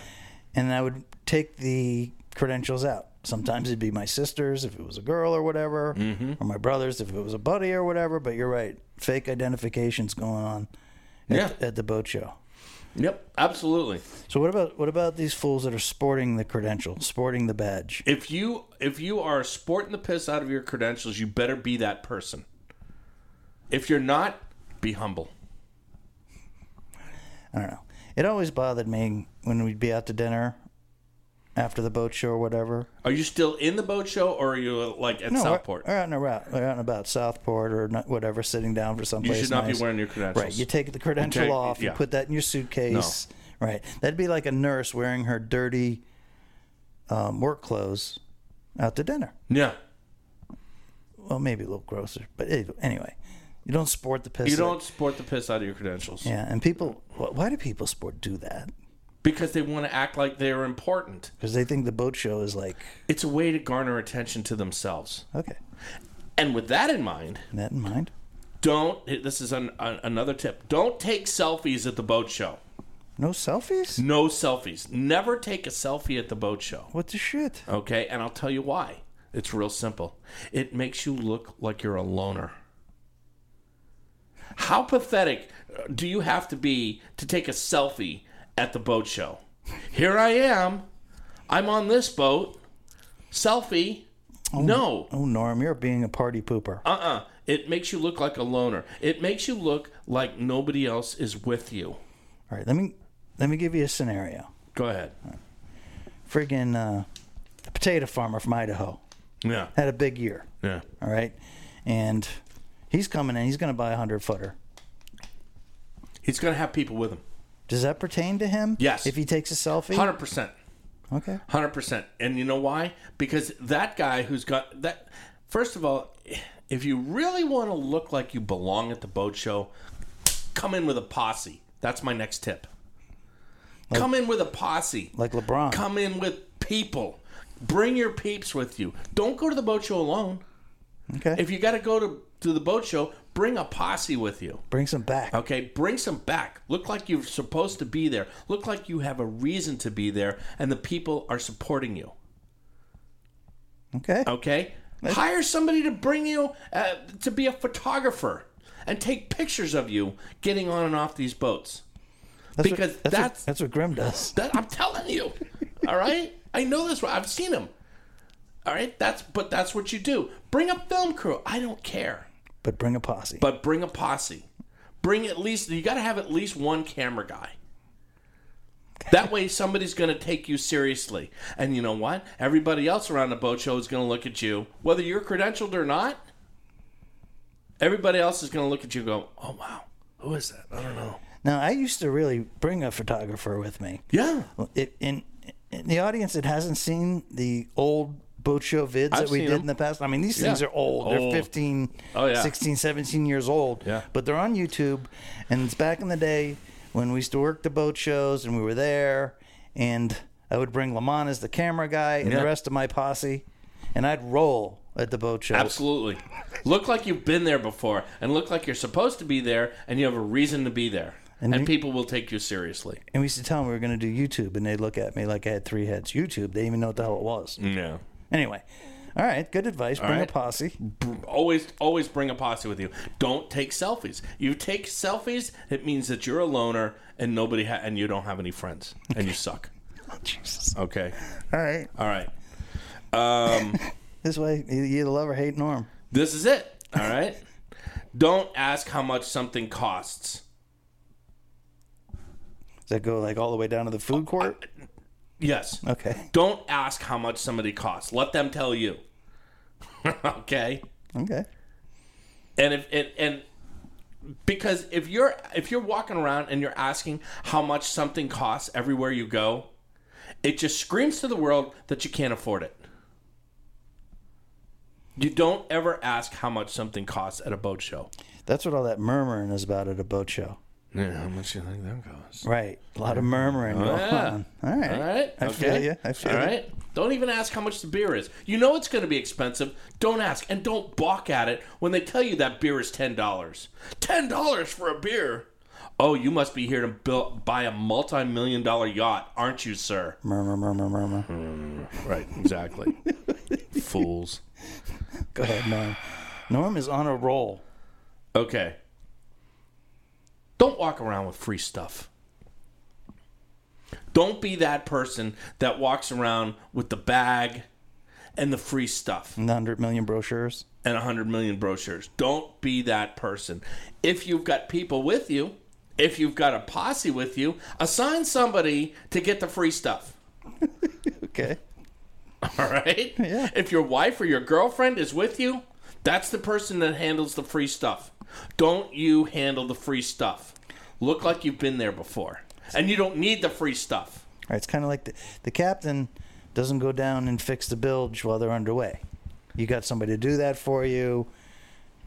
[SPEAKER 1] and I would take the credentials out. Sometimes it'd be my sister's if it was a girl or whatever, or my brother's if it was a buddy or whatever. But you're right, fake identifications going on at,
[SPEAKER 4] yeah,
[SPEAKER 1] at the boat show.
[SPEAKER 4] yep, absolutely.
[SPEAKER 1] So what about what about these fools that are sporting the credential, sporting the badge?
[SPEAKER 4] If you if you are sporting the piss out of your credentials, you better be that person. If you're not, be humble.
[SPEAKER 1] I don't know. It always bothered me when we'd be out to dinner after the boat show or whatever.
[SPEAKER 4] Are you still in the boat show, or are you like at
[SPEAKER 1] No, we're-
[SPEAKER 4] Southport?
[SPEAKER 1] We're, out and about, we're out and about Southport or not, whatever, sitting down for
[SPEAKER 4] you
[SPEAKER 1] someplace.
[SPEAKER 4] should not
[SPEAKER 1] nice.
[SPEAKER 4] be wearing your credentials.
[SPEAKER 1] Right. You take the credential
[SPEAKER 4] You take-
[SPEAKER 1] off.
[SPEAKER 4] yeah.
[SPEAKER 1] You put that in your suitcase. Right. That'd be like a nurse wearing her dirty um, work clothes out to dinner.
[SPEAKER 4] yeah.
[SPEAKER 1] Well, maybe a little grosser, but it- anyway, you don't sport the piss.
[SPEAKER 4] You
[SPEAKER 1] out-
[SPEAKER 4] don't sport the piss out of your credentials
[SPEAKER 1] Yeah, and people. wh- Why do people sport do that?
[SPEAKER 4] because they want to act like they're important.
[SPEAKER 1] Because they think the boat show is like
[SPEAKER 4] It's a way to garner attention to themselves.
[SPEAKER 1] okay.
[SPEAKER 4] And with that in mind,
[SPEAKER 1] That in mind,
[SPEAKER 4] don't. This is an, an, another tip. Don't take selfies at the boat show.
[SPEAKER 1] no selfies.
[SPEAKER 4] No selfies. Never take a selfie at the boat show.
[SPEAKER 1] What the shit?
[SPEAKER 4] Okay, and I'll tell you why. It's real simple. It makes you look like you're a loner. How pathetic uh, do you have to be to take a selfie at the boat show? Here I am. I'm on this boat. Selfie. no.
[SPEAKER 1] Oh, Norm, you're being a party pooper.
[SPEAKER 4] Uh uh It makes you look like a loner. It makes you look like nobody else is with you.
[SPEAKER 1] All right, let me let me give you a scenario.
[SPEAKER 4] Go ahead.
[SPEAKER 1] Friggin' uh, a potato farmer from Idaho
[SPEAKER 4] Yeah.
[SPEAKER 1] had a big year.
[SPEAKER 4] Yeah.
[SPEAKER 1] All right, and he's coming in. He's going to buy a hundred footer.
[SPEAKER 4] He's going to have people with him.
[SPEAKER 1] Does that pertain to him?
[SPEAKER 4] Yes.
[SPEAKER 1] If he takes a selfie.
[SPEAKER 4] 100%.
[SPEAKER 1] Okay.
[SPEAKER 4] Hundred percent. And you know why? Because that guy who's got that. First of all, if you really want to look like you belong at the boat show, come in with a posse. That's my next tip. come in with a posse.
[SPEAKER 1] Like LeBron.
[SPEAKER 4] Come in with people. Bring your peeps with you. Don't go to the boat show alone.
[SPEAKER 1] Okay.
[SPEAKER 4] If you got to go to to the boat show, bring a posse with you.
[SPEAKER 1] Brings him back.
[SPEAKER 4] Okay, bring some back. Look like you're supposed to be there. Look like you have a reason to be there, and the people are supporting you.
[SPEAKER 1] Okay.
[SPEAKER 4] Okay, hire somebody to bring you uh, to be a photographer and take pictures of you getting on and off these boats.
[SPEAKER 1] That's
[SPEAKER 4] because
[SPEAKER 1] what, that's,
[SPEAKER 4] that's-
[SPEAKER 1] what, that's what Grim does.
[SPEAKER 4] That I'm telling you. All right, I know this. I've seen them. All right, that's but that's what you do. Bring a film crew. I don't care.
[SPEAKER 1] But bring a posse.
[SPEAKER 4] but bring a posse. Bring at least you got to have at least one camera guy. That way, somebody's going to take you seriously, and you know what? Everybody else around the boat show is going to look at you, whether you're credentialed or not. Everybody else is going to look at you and go, "Oh wow, who is that? I don't know."
[SPEAKER 1] now I used to really bring a photographer with me.
[SPEAKER 4] Yeah,
[SPEAKER 1] It, in, in the audience that hasn't seen the old boat show vids that we
[SPEAKER 4] seen
[SPEAKER 1] did
[SPEAKER 4] them.
[SPEAKER 1] in the past, I mean these things
[SPEAKER 4] Yeah.
[SPEAKER 1] are old. They're
[SPEAKER 4] Old.
[SPEAKER 1] 15,
[SPEAKER 4] Oh, yeah.
[SPEAKER 1] 16, 17 years old.
[SPEAKER 4] Yeah.
[SPEAKER 1] But they're on YouTube, and it's back in the day when we used to work the boat shows, and we were there, and I would bring Lamont as the camera guy and
[SPEAKER 4] Yeah.
[SPEAKER 1] the rest of my posse, and I'd roll at the boat shows.
[SPEAKER 4] absolutely. look like you've been there before, and look like you're supposed to be there, and you have a reason to be there, and,
[SPEAKER 1] you-
[SPEAKER 4] people will take you seriously.
[SPEAKER 1] And we used to tell them we were going to do YouTube, and they'd look at me like I had three heads. YouTube, they didn't even know what the hell it was.
[SPEAKER 4] Yeah.
[SPEAKER 1] Anyway, all right, good advice. Bring
[SPEAKER 4] Mm. right.
[SPEAKER 1] a posse.
[SPEAKER 4] always always bring a posse with you. Don't take selfies. You take selfies, it means that you're a loner and nobody ha- and you don't have any friends and you suck.
[SPEAKER 1] Jesus.
[SPEAKER 4] Okay.
[SPEAKER 1] All right,
[SPEAKER 4] All right. Um,
[SPEAKER 1] this way you either love or hate Norm.
[SPEAKER 4] This is it. All right. don't ask how much something costs.
[SPEAKER 1] Does that go like all the way down to the food court?
[SPEAKER 4] Yes.
[SPEAKER 1] Okay,
[SPEAKER 4] Don't ask how much somebody costs. Let them tell you. okay?
[SPEAKER 1] okay.
[SPEAKER 4] and if and, and because if you're if you're walking around and you're asking how much something costs everywhere you go it just screams to the world that you can't afford it you don't ever ask how much something costs at a boat show
[SPEAKER 1] That's what all that murmuring is about at a boat show.
[SPEAKER 4] yeah how much do you think that costs
[SPEAKER 1] Right, a lot of murmuring going
[SPEAKER 4] yeah.
[SPEAKER 1] on. All right,
[SPEAKER 4] all right
[SPEAKER 1] I feel you. I feel
[SPEAKER 4] all
[SPEAKER 1] you.
[SPEAKER 4] right don't even ask how much the beer is you know it's going to be expensive don't ask and don't balk at it when they tell you that beer is $10 $10 for a beer oh you must be here to build, buy a multi-million dollar yacht aren't you sir
[SPEAKER 1] Murmur, murmur, murmur.
[SPEAKER 4] right exactly fools
[SPEAKER 1] Go ahead, Norm. Norm is on a roll.
[SPEAKER 4] okay don't walk around with free stuff don't be that person that walks around with the bag and the free stuff
[SPEAKER 1] The hundred million brochures.
[SPEAKER 4] and 100 million brochures. Don't be that person. If you've got people with you, if you've got a posse with you, assign somebody to get the free stuff.
[SPEAKER 1] Okay.
[SPEAKER 4] All right?
[SPEAKER 1] Yeah.
[SPEAKER 4] If your wife or your girlfriend is with you, that's the person that handles the free stuff. Don't you handle the free stuff. Look like you've been there before. And you don't need the free stuff.
[SPEAKER 1] All right, it's kind of like the, the captain doesn't go down and fix the bilge while they're underway. You got somebody to do that for you.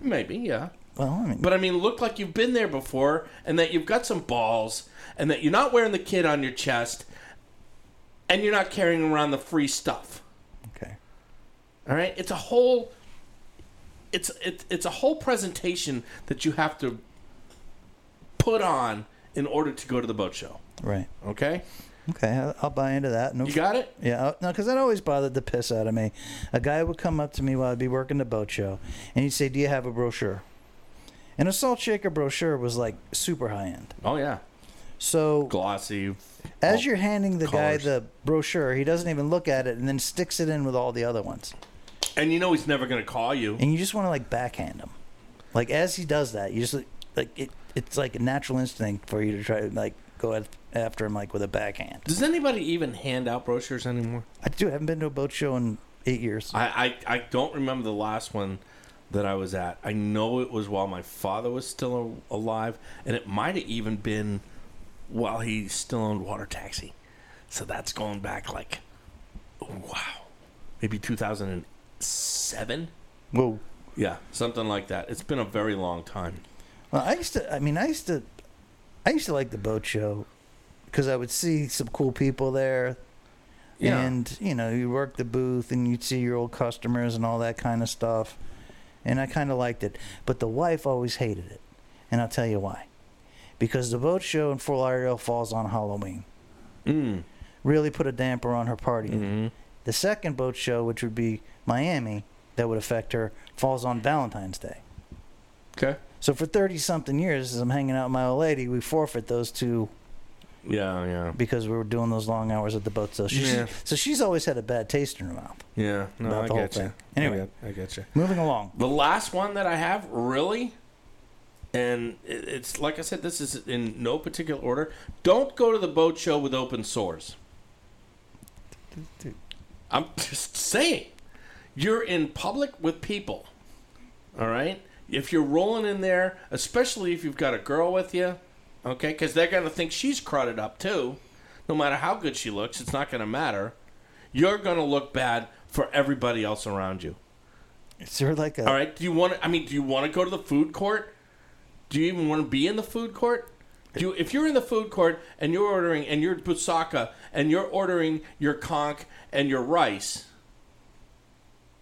[SPEAKER 4] Maybe, yeah.
[SPEAKER 1] Well, I mean,
[SPEAKER 4] But I mean, look like you've been there before, and that you've got some balls, and that you're not wearing the kid on your chest, and you're not carrying around the free stuff.
[SPEAKER 1] okay.
[SPEAKER 4] All right, it's a whole, it's it, it's a whole presentation that you have to put on in order to go to the boat show.
[SPEAKER 1] Right.
[SPEAKER 4] Okay,
[SPEAKER 1] Okay, I'll, I'll buy into that. No,
[SPEAKER 4] you got it.
[SPEAKER 1] yeah, I'll- no, because that always bothered the piss out of me. A guy would come up to me while I'd be working the boat show, and he'd say, "Do you have a brochure?" And a salt shaker brochure was like super high end.
[SPEAKER 4] Oh yeah,
[SPEAKER 1] So
[SPEAKER 4] glossy,
[SPEAKER 1] As you're handing the
[SPEAKER 4] callers.
[SPEAKER 1] guy the brochure, he doesn't even look at it and then sticks it in with all the other ones.
[SPEAKER 4] And you know he's never going to call you.
[SPEAKER 1] And you just want to like backhand him. Like as he does that, you just like- like it it's like a natural instinct for you to try to like go at, after him like with a backhand.
[SPEAKER 4] Does anybody even hand out brochures anymore?
[SPEAKER 1] I do I haven't been to a boat show in 8 years.
[SPEAKER 4] I, I, I don't remember the last one that I was at. I know it was while my father was still a- alive, and it might have even been while he still owned Water Taxi. So that's going back like, wow, maybe 2007?
[SPEAKER 1] Whoa.
[SPEAKER 4] Yeah, something like that. It's been a very long time.
[SPEAKER 1] Well, I used to. I mean, I used to. I used to like the boat show because I would see some cool people there,
[SPEAKER 4] Yeah.
[SPEAKER 1] and you know, you work the booth and you'd see your old customers and all that kind of stuff, and I kind of liked it. But the wife always hated it, and I'll tell you why. Because the boat show in Fort Lauderdale falls on Halloween,
[SPEAKER 4] Mm. Mm-hmm.
[SPEAKER 1] really put a damper on her party. The second boat show, which would be Miami, that would affect her, falls on Valentine's Day.
[SPEAKER 4] Okay.
[SPEAKER 1] So for thirty something years, as I'm hanging out with my old lady, we forfeit those two
[SPEAKER 4] Yeah, yeah.
[SPEAKER 1] because we were doing those long hours at the boat. So she's
[SPEAKER 4] Yeah.
[SPEAKER 1] so she's always had a bad taste in her mouth.
[SPEAKER 4] Yeah, no,
[SPEAKER 1] About
[SPEAKER 4] I
[SPEAKER 1] the whole
[SPEAKER 4] get you.
[SPEAKER 1] thing. Anyway.
[SPEAKER 4] I get, I get you.
[SPEAKER 1] Moving along,
[SPEAKER 4] The last one that I have, really, and it- it's like I said, this is in no particular order. Don't go to the boat show with open sores. I'm just saying. You're in public with people. All right? If you're rolling in there, especially if you've got a girl with you, okay, because they're going to think she's crowded up too. No matter how good she looks, it's not going to matter. You're going to look bad for everybody else around you.
[SPEAKER 1] is there like a
[SPEAKER 4] All right. Do you want? to I mean, do you want to go to the food court? Do you even want to be in the food court? Do you, if you're in the food court and you're ordering and you're busaka and you're ordering your conch and your rice,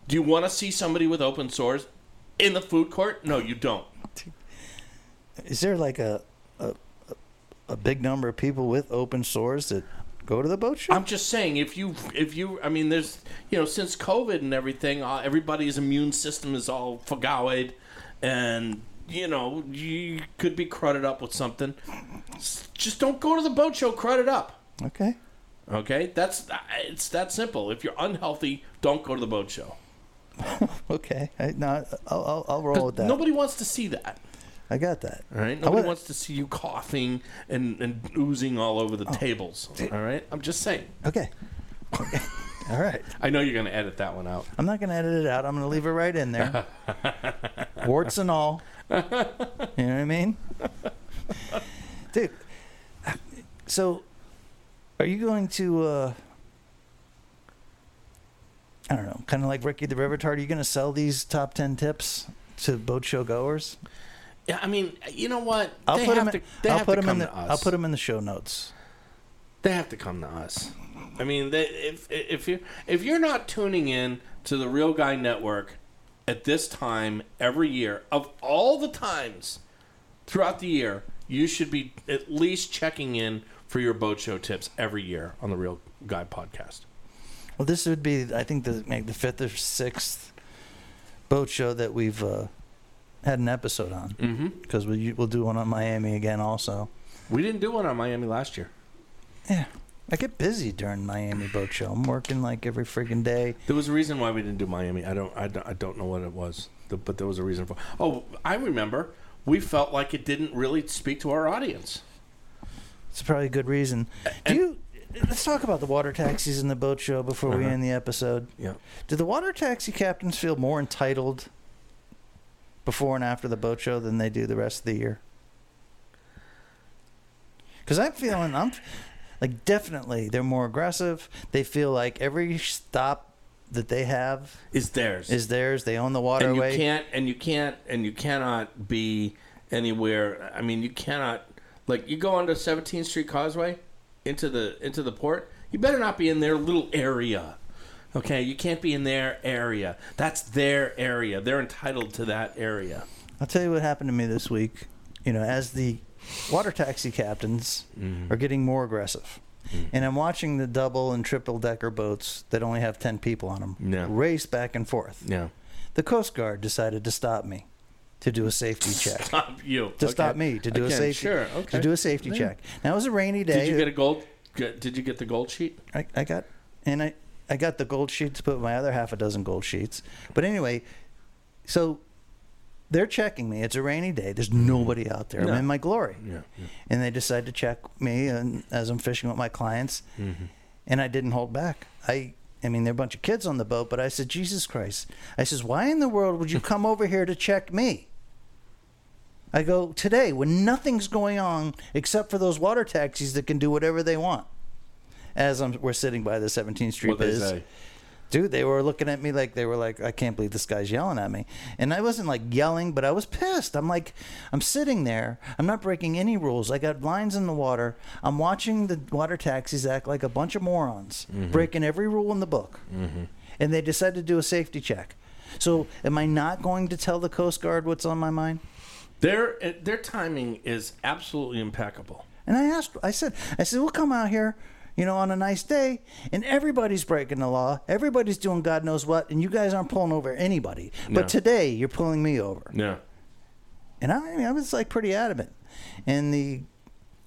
[SPEAKER 4] do you want to see somebody with open sores in the food court? No, you don't.
[SPEAKER 1] is there like a a, a big number of people with open sores that go to the boat show?
[SPEAKER 4] I'm just saying if you if you I mean there's you know since COVID and everything uh, everybody's immune system is all forgoed and you know you could be cruded up with something. S- Just don't go to the boat show cruded up.
[SPEAKER 1] okay,
[SPEAKER 4] Okay, that's uh, it's that simple. If you're unhealthy, don't go to the boat show.
[SPEAKER 1] okay. I, no, I'll, I'll, I'll roll with that.
[SPEAKER 4] Nobody wants to see that.
[SPEAKER 1] I got that.
[SPEAKER 4] All right,
[SPEAKER 1] I
[SPEAKER 4] nobody
[SPEAKER 1] would-
[SPEAKER 4] wants to see you coughing and, and oozing all over the tables. All right, I'm just saying.
[SPEAKER 1] Okay. All right.
[SPEAKER 4] I know you're going to edit that one out.
[SPEAKER 1] I'm not going to edit it out. I'm going to leave it right in there. Warts and all. You know what I mean? Dude. uh, So are you going to uh I don't know, kind of like Ricky the River Tart, are you going to sell these top 10 tips to boat show goers?
[SPEAKER 4] Yeah, I mean, you know what?
[SPEAKER 1] I'll
[SPEAKER 4] they
[SPEAKER 1] put
[SPEAKER 4] have
[SPEAKER 1] them in,
[SPEAKER 4] to, they
[SPEAKER 1] I'll
[SPEAKER 4] have
[SPEAKER 1] put
[SPEAKER 4] to
[SPEAKER 1] 'em in
[SPEAKER 4] come
[SPEAKER 1] the
[SPEAKER 4] to us.
[SPEAKER 1] I'll put them in the show notes.
[SPEAKER 4] They have to come to us. I mean, they, if if you if you're not tuning in to the Real Guy Network at this time every year of all the times throughout the year, you should be at least checking in for your boat show tips every year on the Real Guy podcast.
[SPEAKER 1] Well, this would be, I think, the like the fifth or sixth boat show that we've uh, had an episode on
[SPEAKER 4] Mm-hmm.
[SPEAKER 1] because we we'll do one on Miami again. Also,
[SPEAKER 4] We didn't do one on Miami last year.
[SPEAKER 1] yeah, I get busy during Miami boat show. I'm working like every freaking day.
[SPEAKER 4] There was a reason why we didn't do Miami. I don't. I don't, I don't know what it was, th- but there was a reason for. Oh, I remember. We felt like it didn't really speak to our audience.
[SPEAKER 1] It's probably a good reason. Do
[SPEAKER 4] And-
[SPEAKER 1] you? Let's talk about the water taxis and the boat show before we
[SPEAKER 4] Uh-huh.
[SPEAKER 1] end the episode.
[SPEAKER 4] Yeah.
[SPEAKER 1] Do the water taxi captains feel more entitled before and after the boat show than they do the rest of the year? Because I'm feeling, I'm like definitely they're more aggressive. They feel like every stop that they have
[SPEAKER 4] Is theirs.
[SPEAKER 1] is theirs. They own the waterway.
[SPEAKER 4] and you can't and you can't and you cannot be anywhere i mean you cannot like you go onto 17th street causeway into the into the port you better not be in their little area okay you can't be in their area that's their area they're entitled to that area
[SPEAKER 1] I'll tell you what happened to me this week. You know, as the water taxi captains
[SPEAKER 4] Mm-hmm.
[SPEAKER 1] are getting more aggressive, and I'm watching the double and triple decker boats that only have ten people on them
[SPEAKER 4] Yeah.
[SPEAKER 1] race back and forth.
[SPEAKER 4] yeah
[SPEAKER 1] The Coast Guard decided to stop me to do a safety check.
[SPEAKER 4] stop you
[SPEAKER 1] To
[SPEAKER 4] Okay.
[SPEAKER 1] stop me to do
[SPEAKER 4] Again,
[SPEAKER 1] a safety
[SPEAKER 4] sure okay
[SPEAKER 1] to do a safety
[SPEAKER 4] Yeah.
[SPEAKER 1] check. Now it was a rainy day.
[SPEAKER 4] did you get a gold Get- Did you get the gold sheet?
[SPEAKER 1] I, I got and I I got the gold sheets, but my other half a dozen gold sheets. But anyway, so they're checking me. It's a rainy day. There's nobody out there.
[SPEAKER 4] No.
[SPEAKER 1] I'm in my glory.
[SPEAKER 4] Yeah,
[SPEAKER 1] And they decide to check me and as I'm fishing with my clients.
[SPEAKER 4] Mm-hmm.
[SPEAKER 1] And I didn't hold back. I I mean, there are a bunch of kids on the boat, but I said, Jesus Christ. I says, why in the world would you come over here to check me? I go, today, when nothing's going on except for those water taxis that can do whatever they want. As I'm, we're sitting by the 17th Street
[SPEAKER 4] What they
[SPEAKER 1] biz
[SPEAKER 4] say?
[SPEAKER 1] dude they were looking at me like they were like i can't believe this guy's yelling at me and i wasn't like yelling but i was pissed i'm like i'm sitting there i'm not breaking any rules i got lines in the water i'm watching the water taxis act like a bunch of morons breaking every rule in the book and they decide to do a safety check so am i not going to tell the coast guard what's on my mind
[SPEAKER 4] Their uh, their timing is absolutely impeccable.
[SPEAKER 1] And I asked, I said, I said, we'll come out here, you know, on a nice day, and everybody's breaking the law, everybody's doing God knows what, and you guys aren't pulling over anybody. But
[SPEAKER 4] No.
[SPEAKER 1] today, you're pulling me over.
[SPEAKER 4] Yeah.
[SPEAKER 1] And I, I was like pretty adamant. And the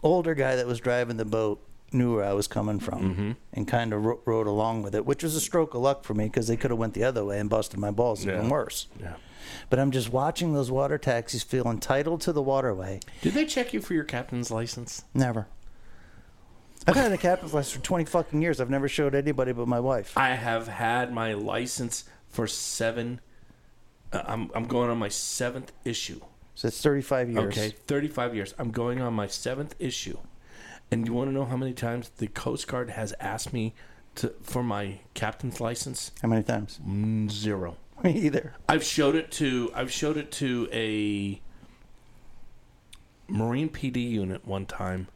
[SPEAKER 1] older guy that was driving the boat knew where I was coming from
[SPEAKER 4] Mm-hmm.
[SPEAKER 1] and kind of ro- rode along with it, which was a stroke of luck for me because they could have went the other way and busted my balls
[SPEAKER 4] Yeah.
[SPEAKER 1] even worse.
[SPEAKER 4] Yeah.
[SPEAKER 1] But I'm just watching those water taxis feel entitled to the waterway.
[SPEAKER 4] Did they check you for your captain's license?
[SPEAKER 1] Never. I've had a captain's license for 20 fucking years. I've never showed anybody but my wife.
[SPEAKER 4] I have had my license for seven. Uh, I'm I'm going on my seventh issue.
[SPEAKER 1] So it's 35 years.
[SPEAKER 4] Okay, 35 years. I'm going on my seventh issue, and you want to know how many times the Coast Guard has asked me to for my captain's license?
[SPEAKER 1] How many times?
[SPEAKER 4] Mm, Zero.
[SPEAKER 1] Me either.
[SPEAKER 4] I've showed it to I've showed it to a Marine PD unit one time,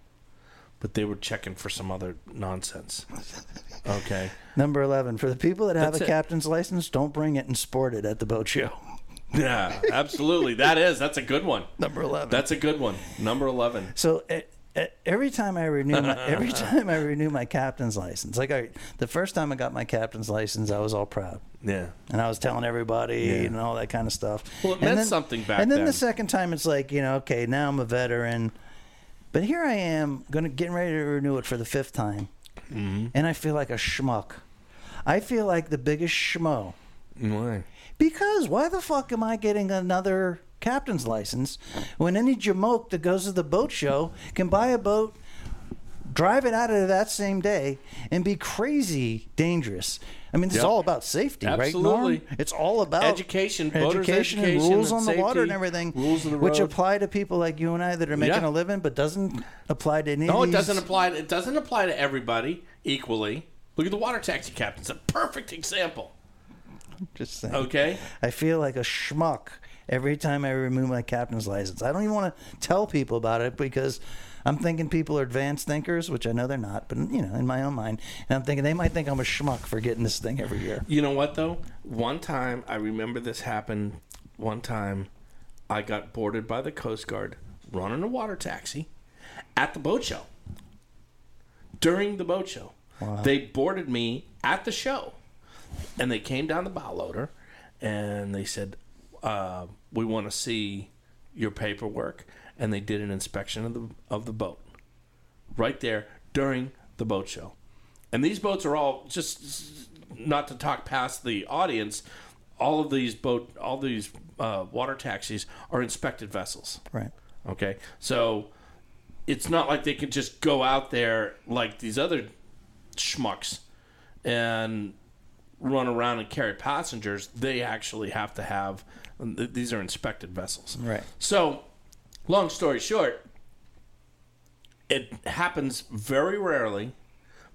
[SPEAKER 4] but they were checking for some other nonsense. Okay.
[SPEAKER 1] Number 11. For the people that have
[SPEAKER 4] That's
[SPEAKER 1] a
[SPEAKER 4] it.
[SPEAKER 1] captain's license, don't bring it and sport it at the boat show.
[SPEAKER 4] Yeah, absolutely. That is. That's a good one.
[SPEAKER 1] Number 11.
[SPEAKER 4] That's a good one. Number 11.
[SPEAKER 1] So e- e- every time I renew my every time I renew my captain's license, like I, the first time I got my captain's license, I was all proud.
[SPEAKER 4] Yeah.
[SPEAKER 1] and I was telling everybody and all that kind of stuff.
[SPEAKER 4] Well, it
[SPEAKER 1] And
[SPEAKER 4] meant something back
[SPEAKER 1] And then,
[SPEAKER 4] then.
[SPEAKER 1] the second time, it's like you know, okay, now I'm a veteran, but here I am, gonna getting ready to renew it for the fifth time,
[SPEAKER 4] Mm-hmm.
[SPEAKER 1] and I feel like a schmuck. I feel like the biggest schmo
[SPEAKER 4] Why?
[SPEAKER 1] because why the fuck am I getting another captain's license when any jamoke that goes to the boat show can buy a boat, drive it out of that same day, and be crazy dangerous? I mean, this is
[SPEAKER 4] Yep.
[SPEAKER 1] all about safety,
[SPEAKER 4] Absolutely.
[SPEAKER 1] right, Norm? It's all about
[SPEAKER 4] Education, boaters'
[SPEAKER 1] education, and
[SPEAKER 4] education,
[SPEAKER 1] rules
[SPEAKER 4] and
[SPEAKER 1] on the water and
[SPEAKER 4] safety,
[SPEAKER 1] everything,
[SPEAKER 4] rules of the
[SPEAKER 1] which
[SPEAKER 4] road.
[SPEAKER 1] apply to people like you and I that are making
[SPEAKER 4] Yeah.
[SPEAKER 1] a living, but doesn't apply to any.
[SPEAKER 4] No,
[SPEAKER 1] of
[SPEAKER 4] it
[SPEAKER 1] these.
[SPEAKER 4] doesn't apply. It doesn't apply to everybody equally. Look at the water taxi captain. It's a perfect example.
[SPEAKER 1] Just saying.
[SPEAKER 4] Okay.
[SPEAKER 1] I feel like a schmuck every time I remove my captain's license. I don't even want to tell people about it because I'm thinking people are advanced thinkers, which I know they're not, but you know, in my own mind, and I'm thinking they might think I'm a schmuck for getting this thing every year.
[SPEAKER 4] You know what though? One time I remember this happened. One time I got boarded by the Coast Guard running a water taxi at the boat show. During the boat show. They boarded me at the show. And they came down the bow loader and they said, uh, we want to see your paperwork and they did an inspection of the of the boat right there during the boat show. And these boats are all just not to talk past the audience. All of these boat, all these uh, water taxis are inspected vessels.
[SPEAKER 1] Right.
[SPEAKER 4] Okay, so it's not like they can just go out there like these other schmucks and run around and carry passengers. They actually have to have th- these are inspected vessels.
[SPEAKER 1] Right.
[SPEAKER 4] So, long story short, it happens very rarely,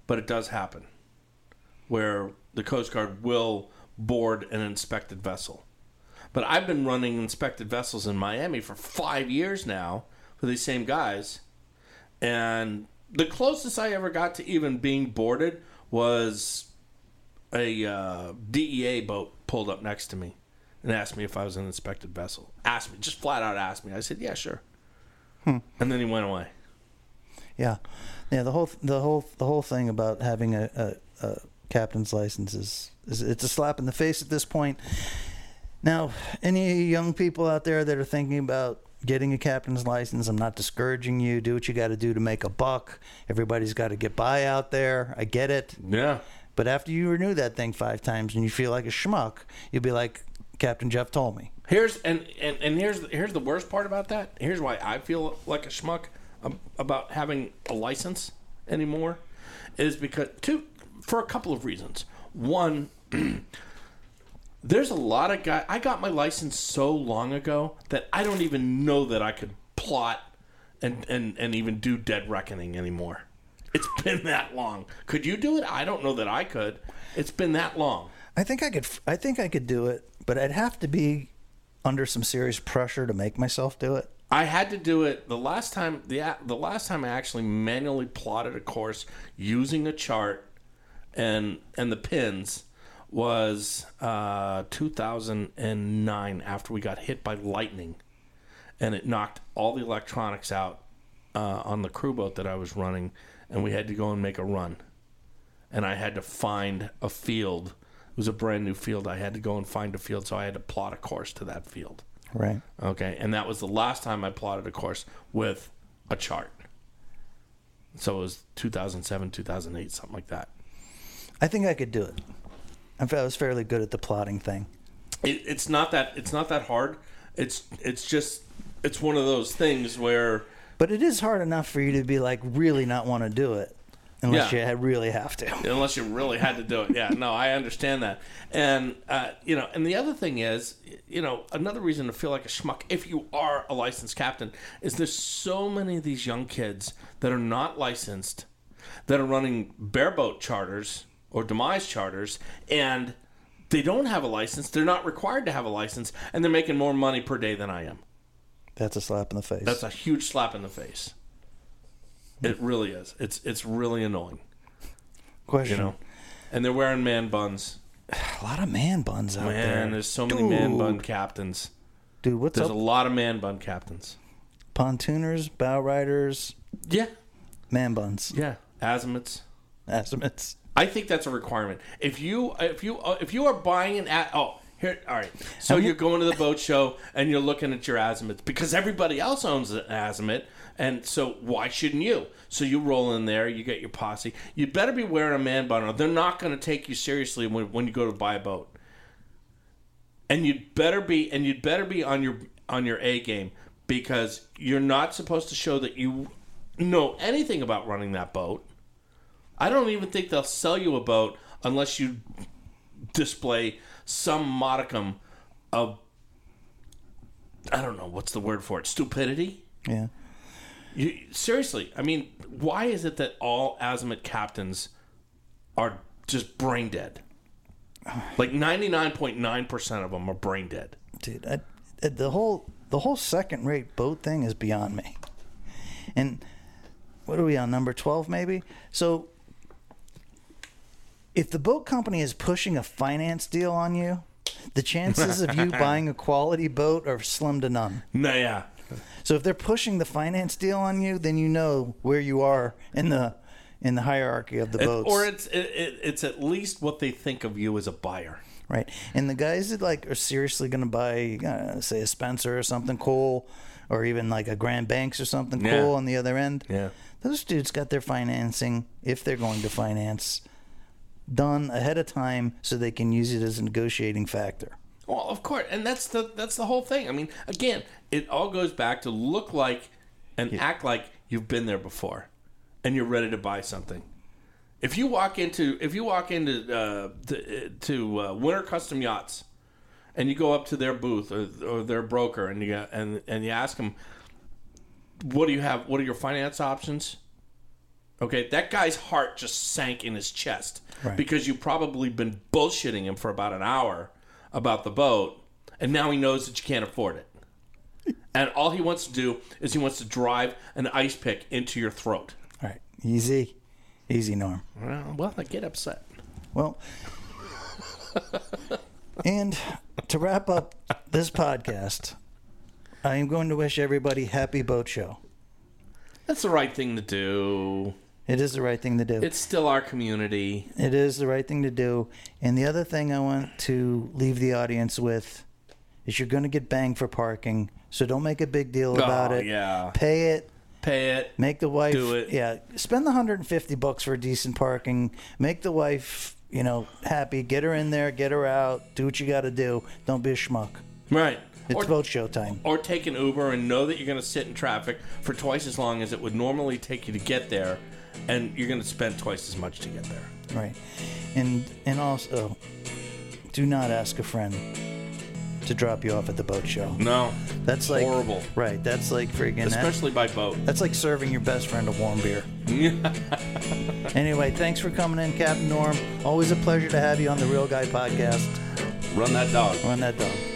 [SPEAKER 4] but it does happen where the Coast Guard will board an inspected vessel. But I've been running inspected vessels in Miami for five years now for these same guys. And the closest I ever got to even being boarded was a uh, DEA boat pulled up next to me and asked me if I was an inspected vessel. Asked me, just flat out asked me. I said, yeah, sure. And then he went away.
[SPEAKER 1] Yeah. Yeah. The whole the whole the whole thing about having a, a, a captain's license is, is it's a slap in the face at this point. Now, any young people out there that are thinking about getting a captain's license. I'm not discouraging you. Do what you got to do to make a buck. Everybody's got to get by out there. I get it.
[SPEAKER 4] Yeah.
[SPEAKER 1] But after you renew that thing five times and you feel like a schmuck, you'll be like, Captain Jeff told me.
[SPEAKER 4] Here's and, and and here's here's the worst part about that. Here's why I feel like a schmuck ab- about having a license anymore is because two for a couple of reasons. One, there's a lot of guy. I got my license so long ago that I don't even know that I could plot and and and even do Dead Reckoning anymore. It's been that long. Could you do it? I don't know that I could. It's been that long.
[SPEAKER 1] I think I could. f- I think I could do it, but I'd have to be under some serious pressure to make myself do it.
[SPEAKER 4] I had to do it the last time the a- the last time I actually manually plotted a course using a chart and and the pins was uh, 2009 after we got hit by lightning and it knocked all the electronics out uh, on the crew boat that I was running and we had to go and make a run and I had to find a field it was a brand new field I had to go and find a field so I had to plot a course to that field
[SPEAKER 1] Right.
[SPEAKER 4] Okay, and that was the last time I plotted a course with a chart. So it was 2007, 2008, something like that.
[SPEAKER 1] I think I could do it. I fe- I was fairly good at the plotting thing.
[SPEAKER 4] It, it's not that it's not that hard. It's it's just it's one of those things where
[SPEAKER 1] But it is hard enough for you to be like really not want to do it unless
[SPEAKER 4] Yeah.
[SPEAKER 1] you had really have to.
[SPEAKER 4] unless you really had to do it. Yeah, no, I understand that. And uh, you know, and the other thing is, you know, another reason to feel like a schmuck if you are a licensed captain is there's so many of these young kids that are not licensed that are running bareboat charters or demise charters and they don't have a license. They're not required to have a license and they're making more money per day than I am.
[SPEAKER 1] That's a slap in the face.
[SPEAKER 4] That's a huge slap in the face. It really is. It's it's really annoying, you
[SPEAKER 1] question.
[SPEAKER 4] know. And they're wearing man buns.
[SPEAKER 1] a lot of man buns out
[SPEAKER 4] Man,
[SPEAKER 1] there.
[SPEAKER 4] there's so many man bun captains.
[SPEAKER 1] Dude, what's
[SPEAKER 4] There's
[SPEAKER 1] up?
[SPEAKER 4] a lot of man bun captains.
[SPEAKER 1] Pontooners, bow riders,
[SPEAKER 4] Yeah,
[SPEAKER 1] man buns,
[SPEAKER 4] yeah. Azimuths.
[SPEAKER 1] estimates.
[SPEAKER 4] I think that's a requirement. If you if you uh, if you are buying an at oh here all right. So you're going to the boat show and you're looking at your azimuth because everybody else owns an azimuth, and so why shouldn't you? So you roll in there, you get your posse. You better be wearing a man bun, or they're not going to take you seriously when when you go to buy a boat. and you'd better be and you'd better be on your on your A game because you're not supposed to show that you know anything about running that boat. I don't even think they'll sell you a boat unless you display some modicum of I don't know what's the word for it stupidity.
[SPEAKER 1] Yeah.
[SPEAKER 4] You, seriously, I mean, why is it that all azimuth captains are just brain dead? Like ninety nine point nine percent of them are brain dead.
[SPEAKER 1] dude I, I- the whole the whole second rate boat thing is beyond me and what are we on number 12 maybe so if the boat company is pushing a finance deal on you the chances of you buying a quality boat are slim to none
[SPEAKER 4] No, yeah,
[SPEAKER 1] so if they're pushing the finance deal on you then you know where you are in the in the hierarchy of the boats
[SPEAKER 4] or it's it, it, it's at least what they think of you as a buyer.
[SPEAKER 1] Right. And the guys that like are seriously going to buy, uh, say, a Spencer or something cool, or even like a Grand Banks or something
[SPEAKER 4] Yeah.
[SPEAKER 1] cool on the other end.
[SPEAKER 4] Yeah.
[SPEAKER 1] Those dudes got their financing, if they're going to finance, done ahead of time so they can use it as a negotiating factor.
[SPEAKER 4] Well, of course, and that's the that's the whole thing. I mean, again, it all goes back to look like and act like you've been there before, and you're ready to buy something. If you walk into if you walk into uh, to, to uh, Winter Custom Yachts, and you go up to their booth or, or their broker, and you got, and and you ask them, "What do you have? What are your finance options?" Okay, that guy's heart just sank in his chest
[SPEAKER 1] Right.
[SPEAKER 4] because you probably been bullshitting him for about an hour about the boat, and now he knows that you can't afford it. And all he wants to do is he wants to drive an ice pick into your throat.
[SPEAKER 1] All right. Easy. Easy, Norm.
[SPEAKER 4] Well, well I get upset.
[SPEAKER 1] Well, and to wrap up this podcast, I am going to wish everybody happy boat show.
[SPEAKER 4] That's the right thing to do.
[SPEAKER 1] It is the right thing to do.
[SPEAKER 4] It's still our community.
[SPEAKER 1] It is the right thing to do. And the other thing I want to leave the audience with is you're going to get banged for parking. So don't make a big deal
[SPEAKER 4] Oh,
[SPEAKER 1] about it.
[SPEAKER 4] yeah.
[SPEAKER 1] Pay it.
[SPEAKER 4] Pay it.
[SPEAKER 1] Make the wife
[SPEAKER 4] Do it.
[SPEAKER 1] Yeah, spend the 150 bucks for decent parking. Make the wife, you know, happy. Get her in there, get her out. Do what you got to do. Don't be a schmuck.
[SPEAKER 4] Right.
[SPEAKER 1] It's
[SPEAKER 4] Or-
[SPEAKER 1] about showtime.
[SPEAKER 4] or take an Uber and know that you're going to sit in traffic for twice as long as it would normally take you to get there, and you're going to spend twice as much to get there.
[SPEAKER 1] Right. And and also do not ask a friend to drop you off at the boat show.
[SPEAKER 4] No,
[SPEAKER 1] That's like
[SPEAKER 4] horrible,
[SPEAKER 1] Right. That's like freaking
[SPEAKER 4] especially by boat.
[SPEAKER 1] that's like serving your best friend a warm beer. anyway, thanks for coming in, Captain Norm. Always a pleasure to have you on the Real Guy podcast.
[SPEAKER 4] Run that dog.
[SPEAKER 1] Run that dog.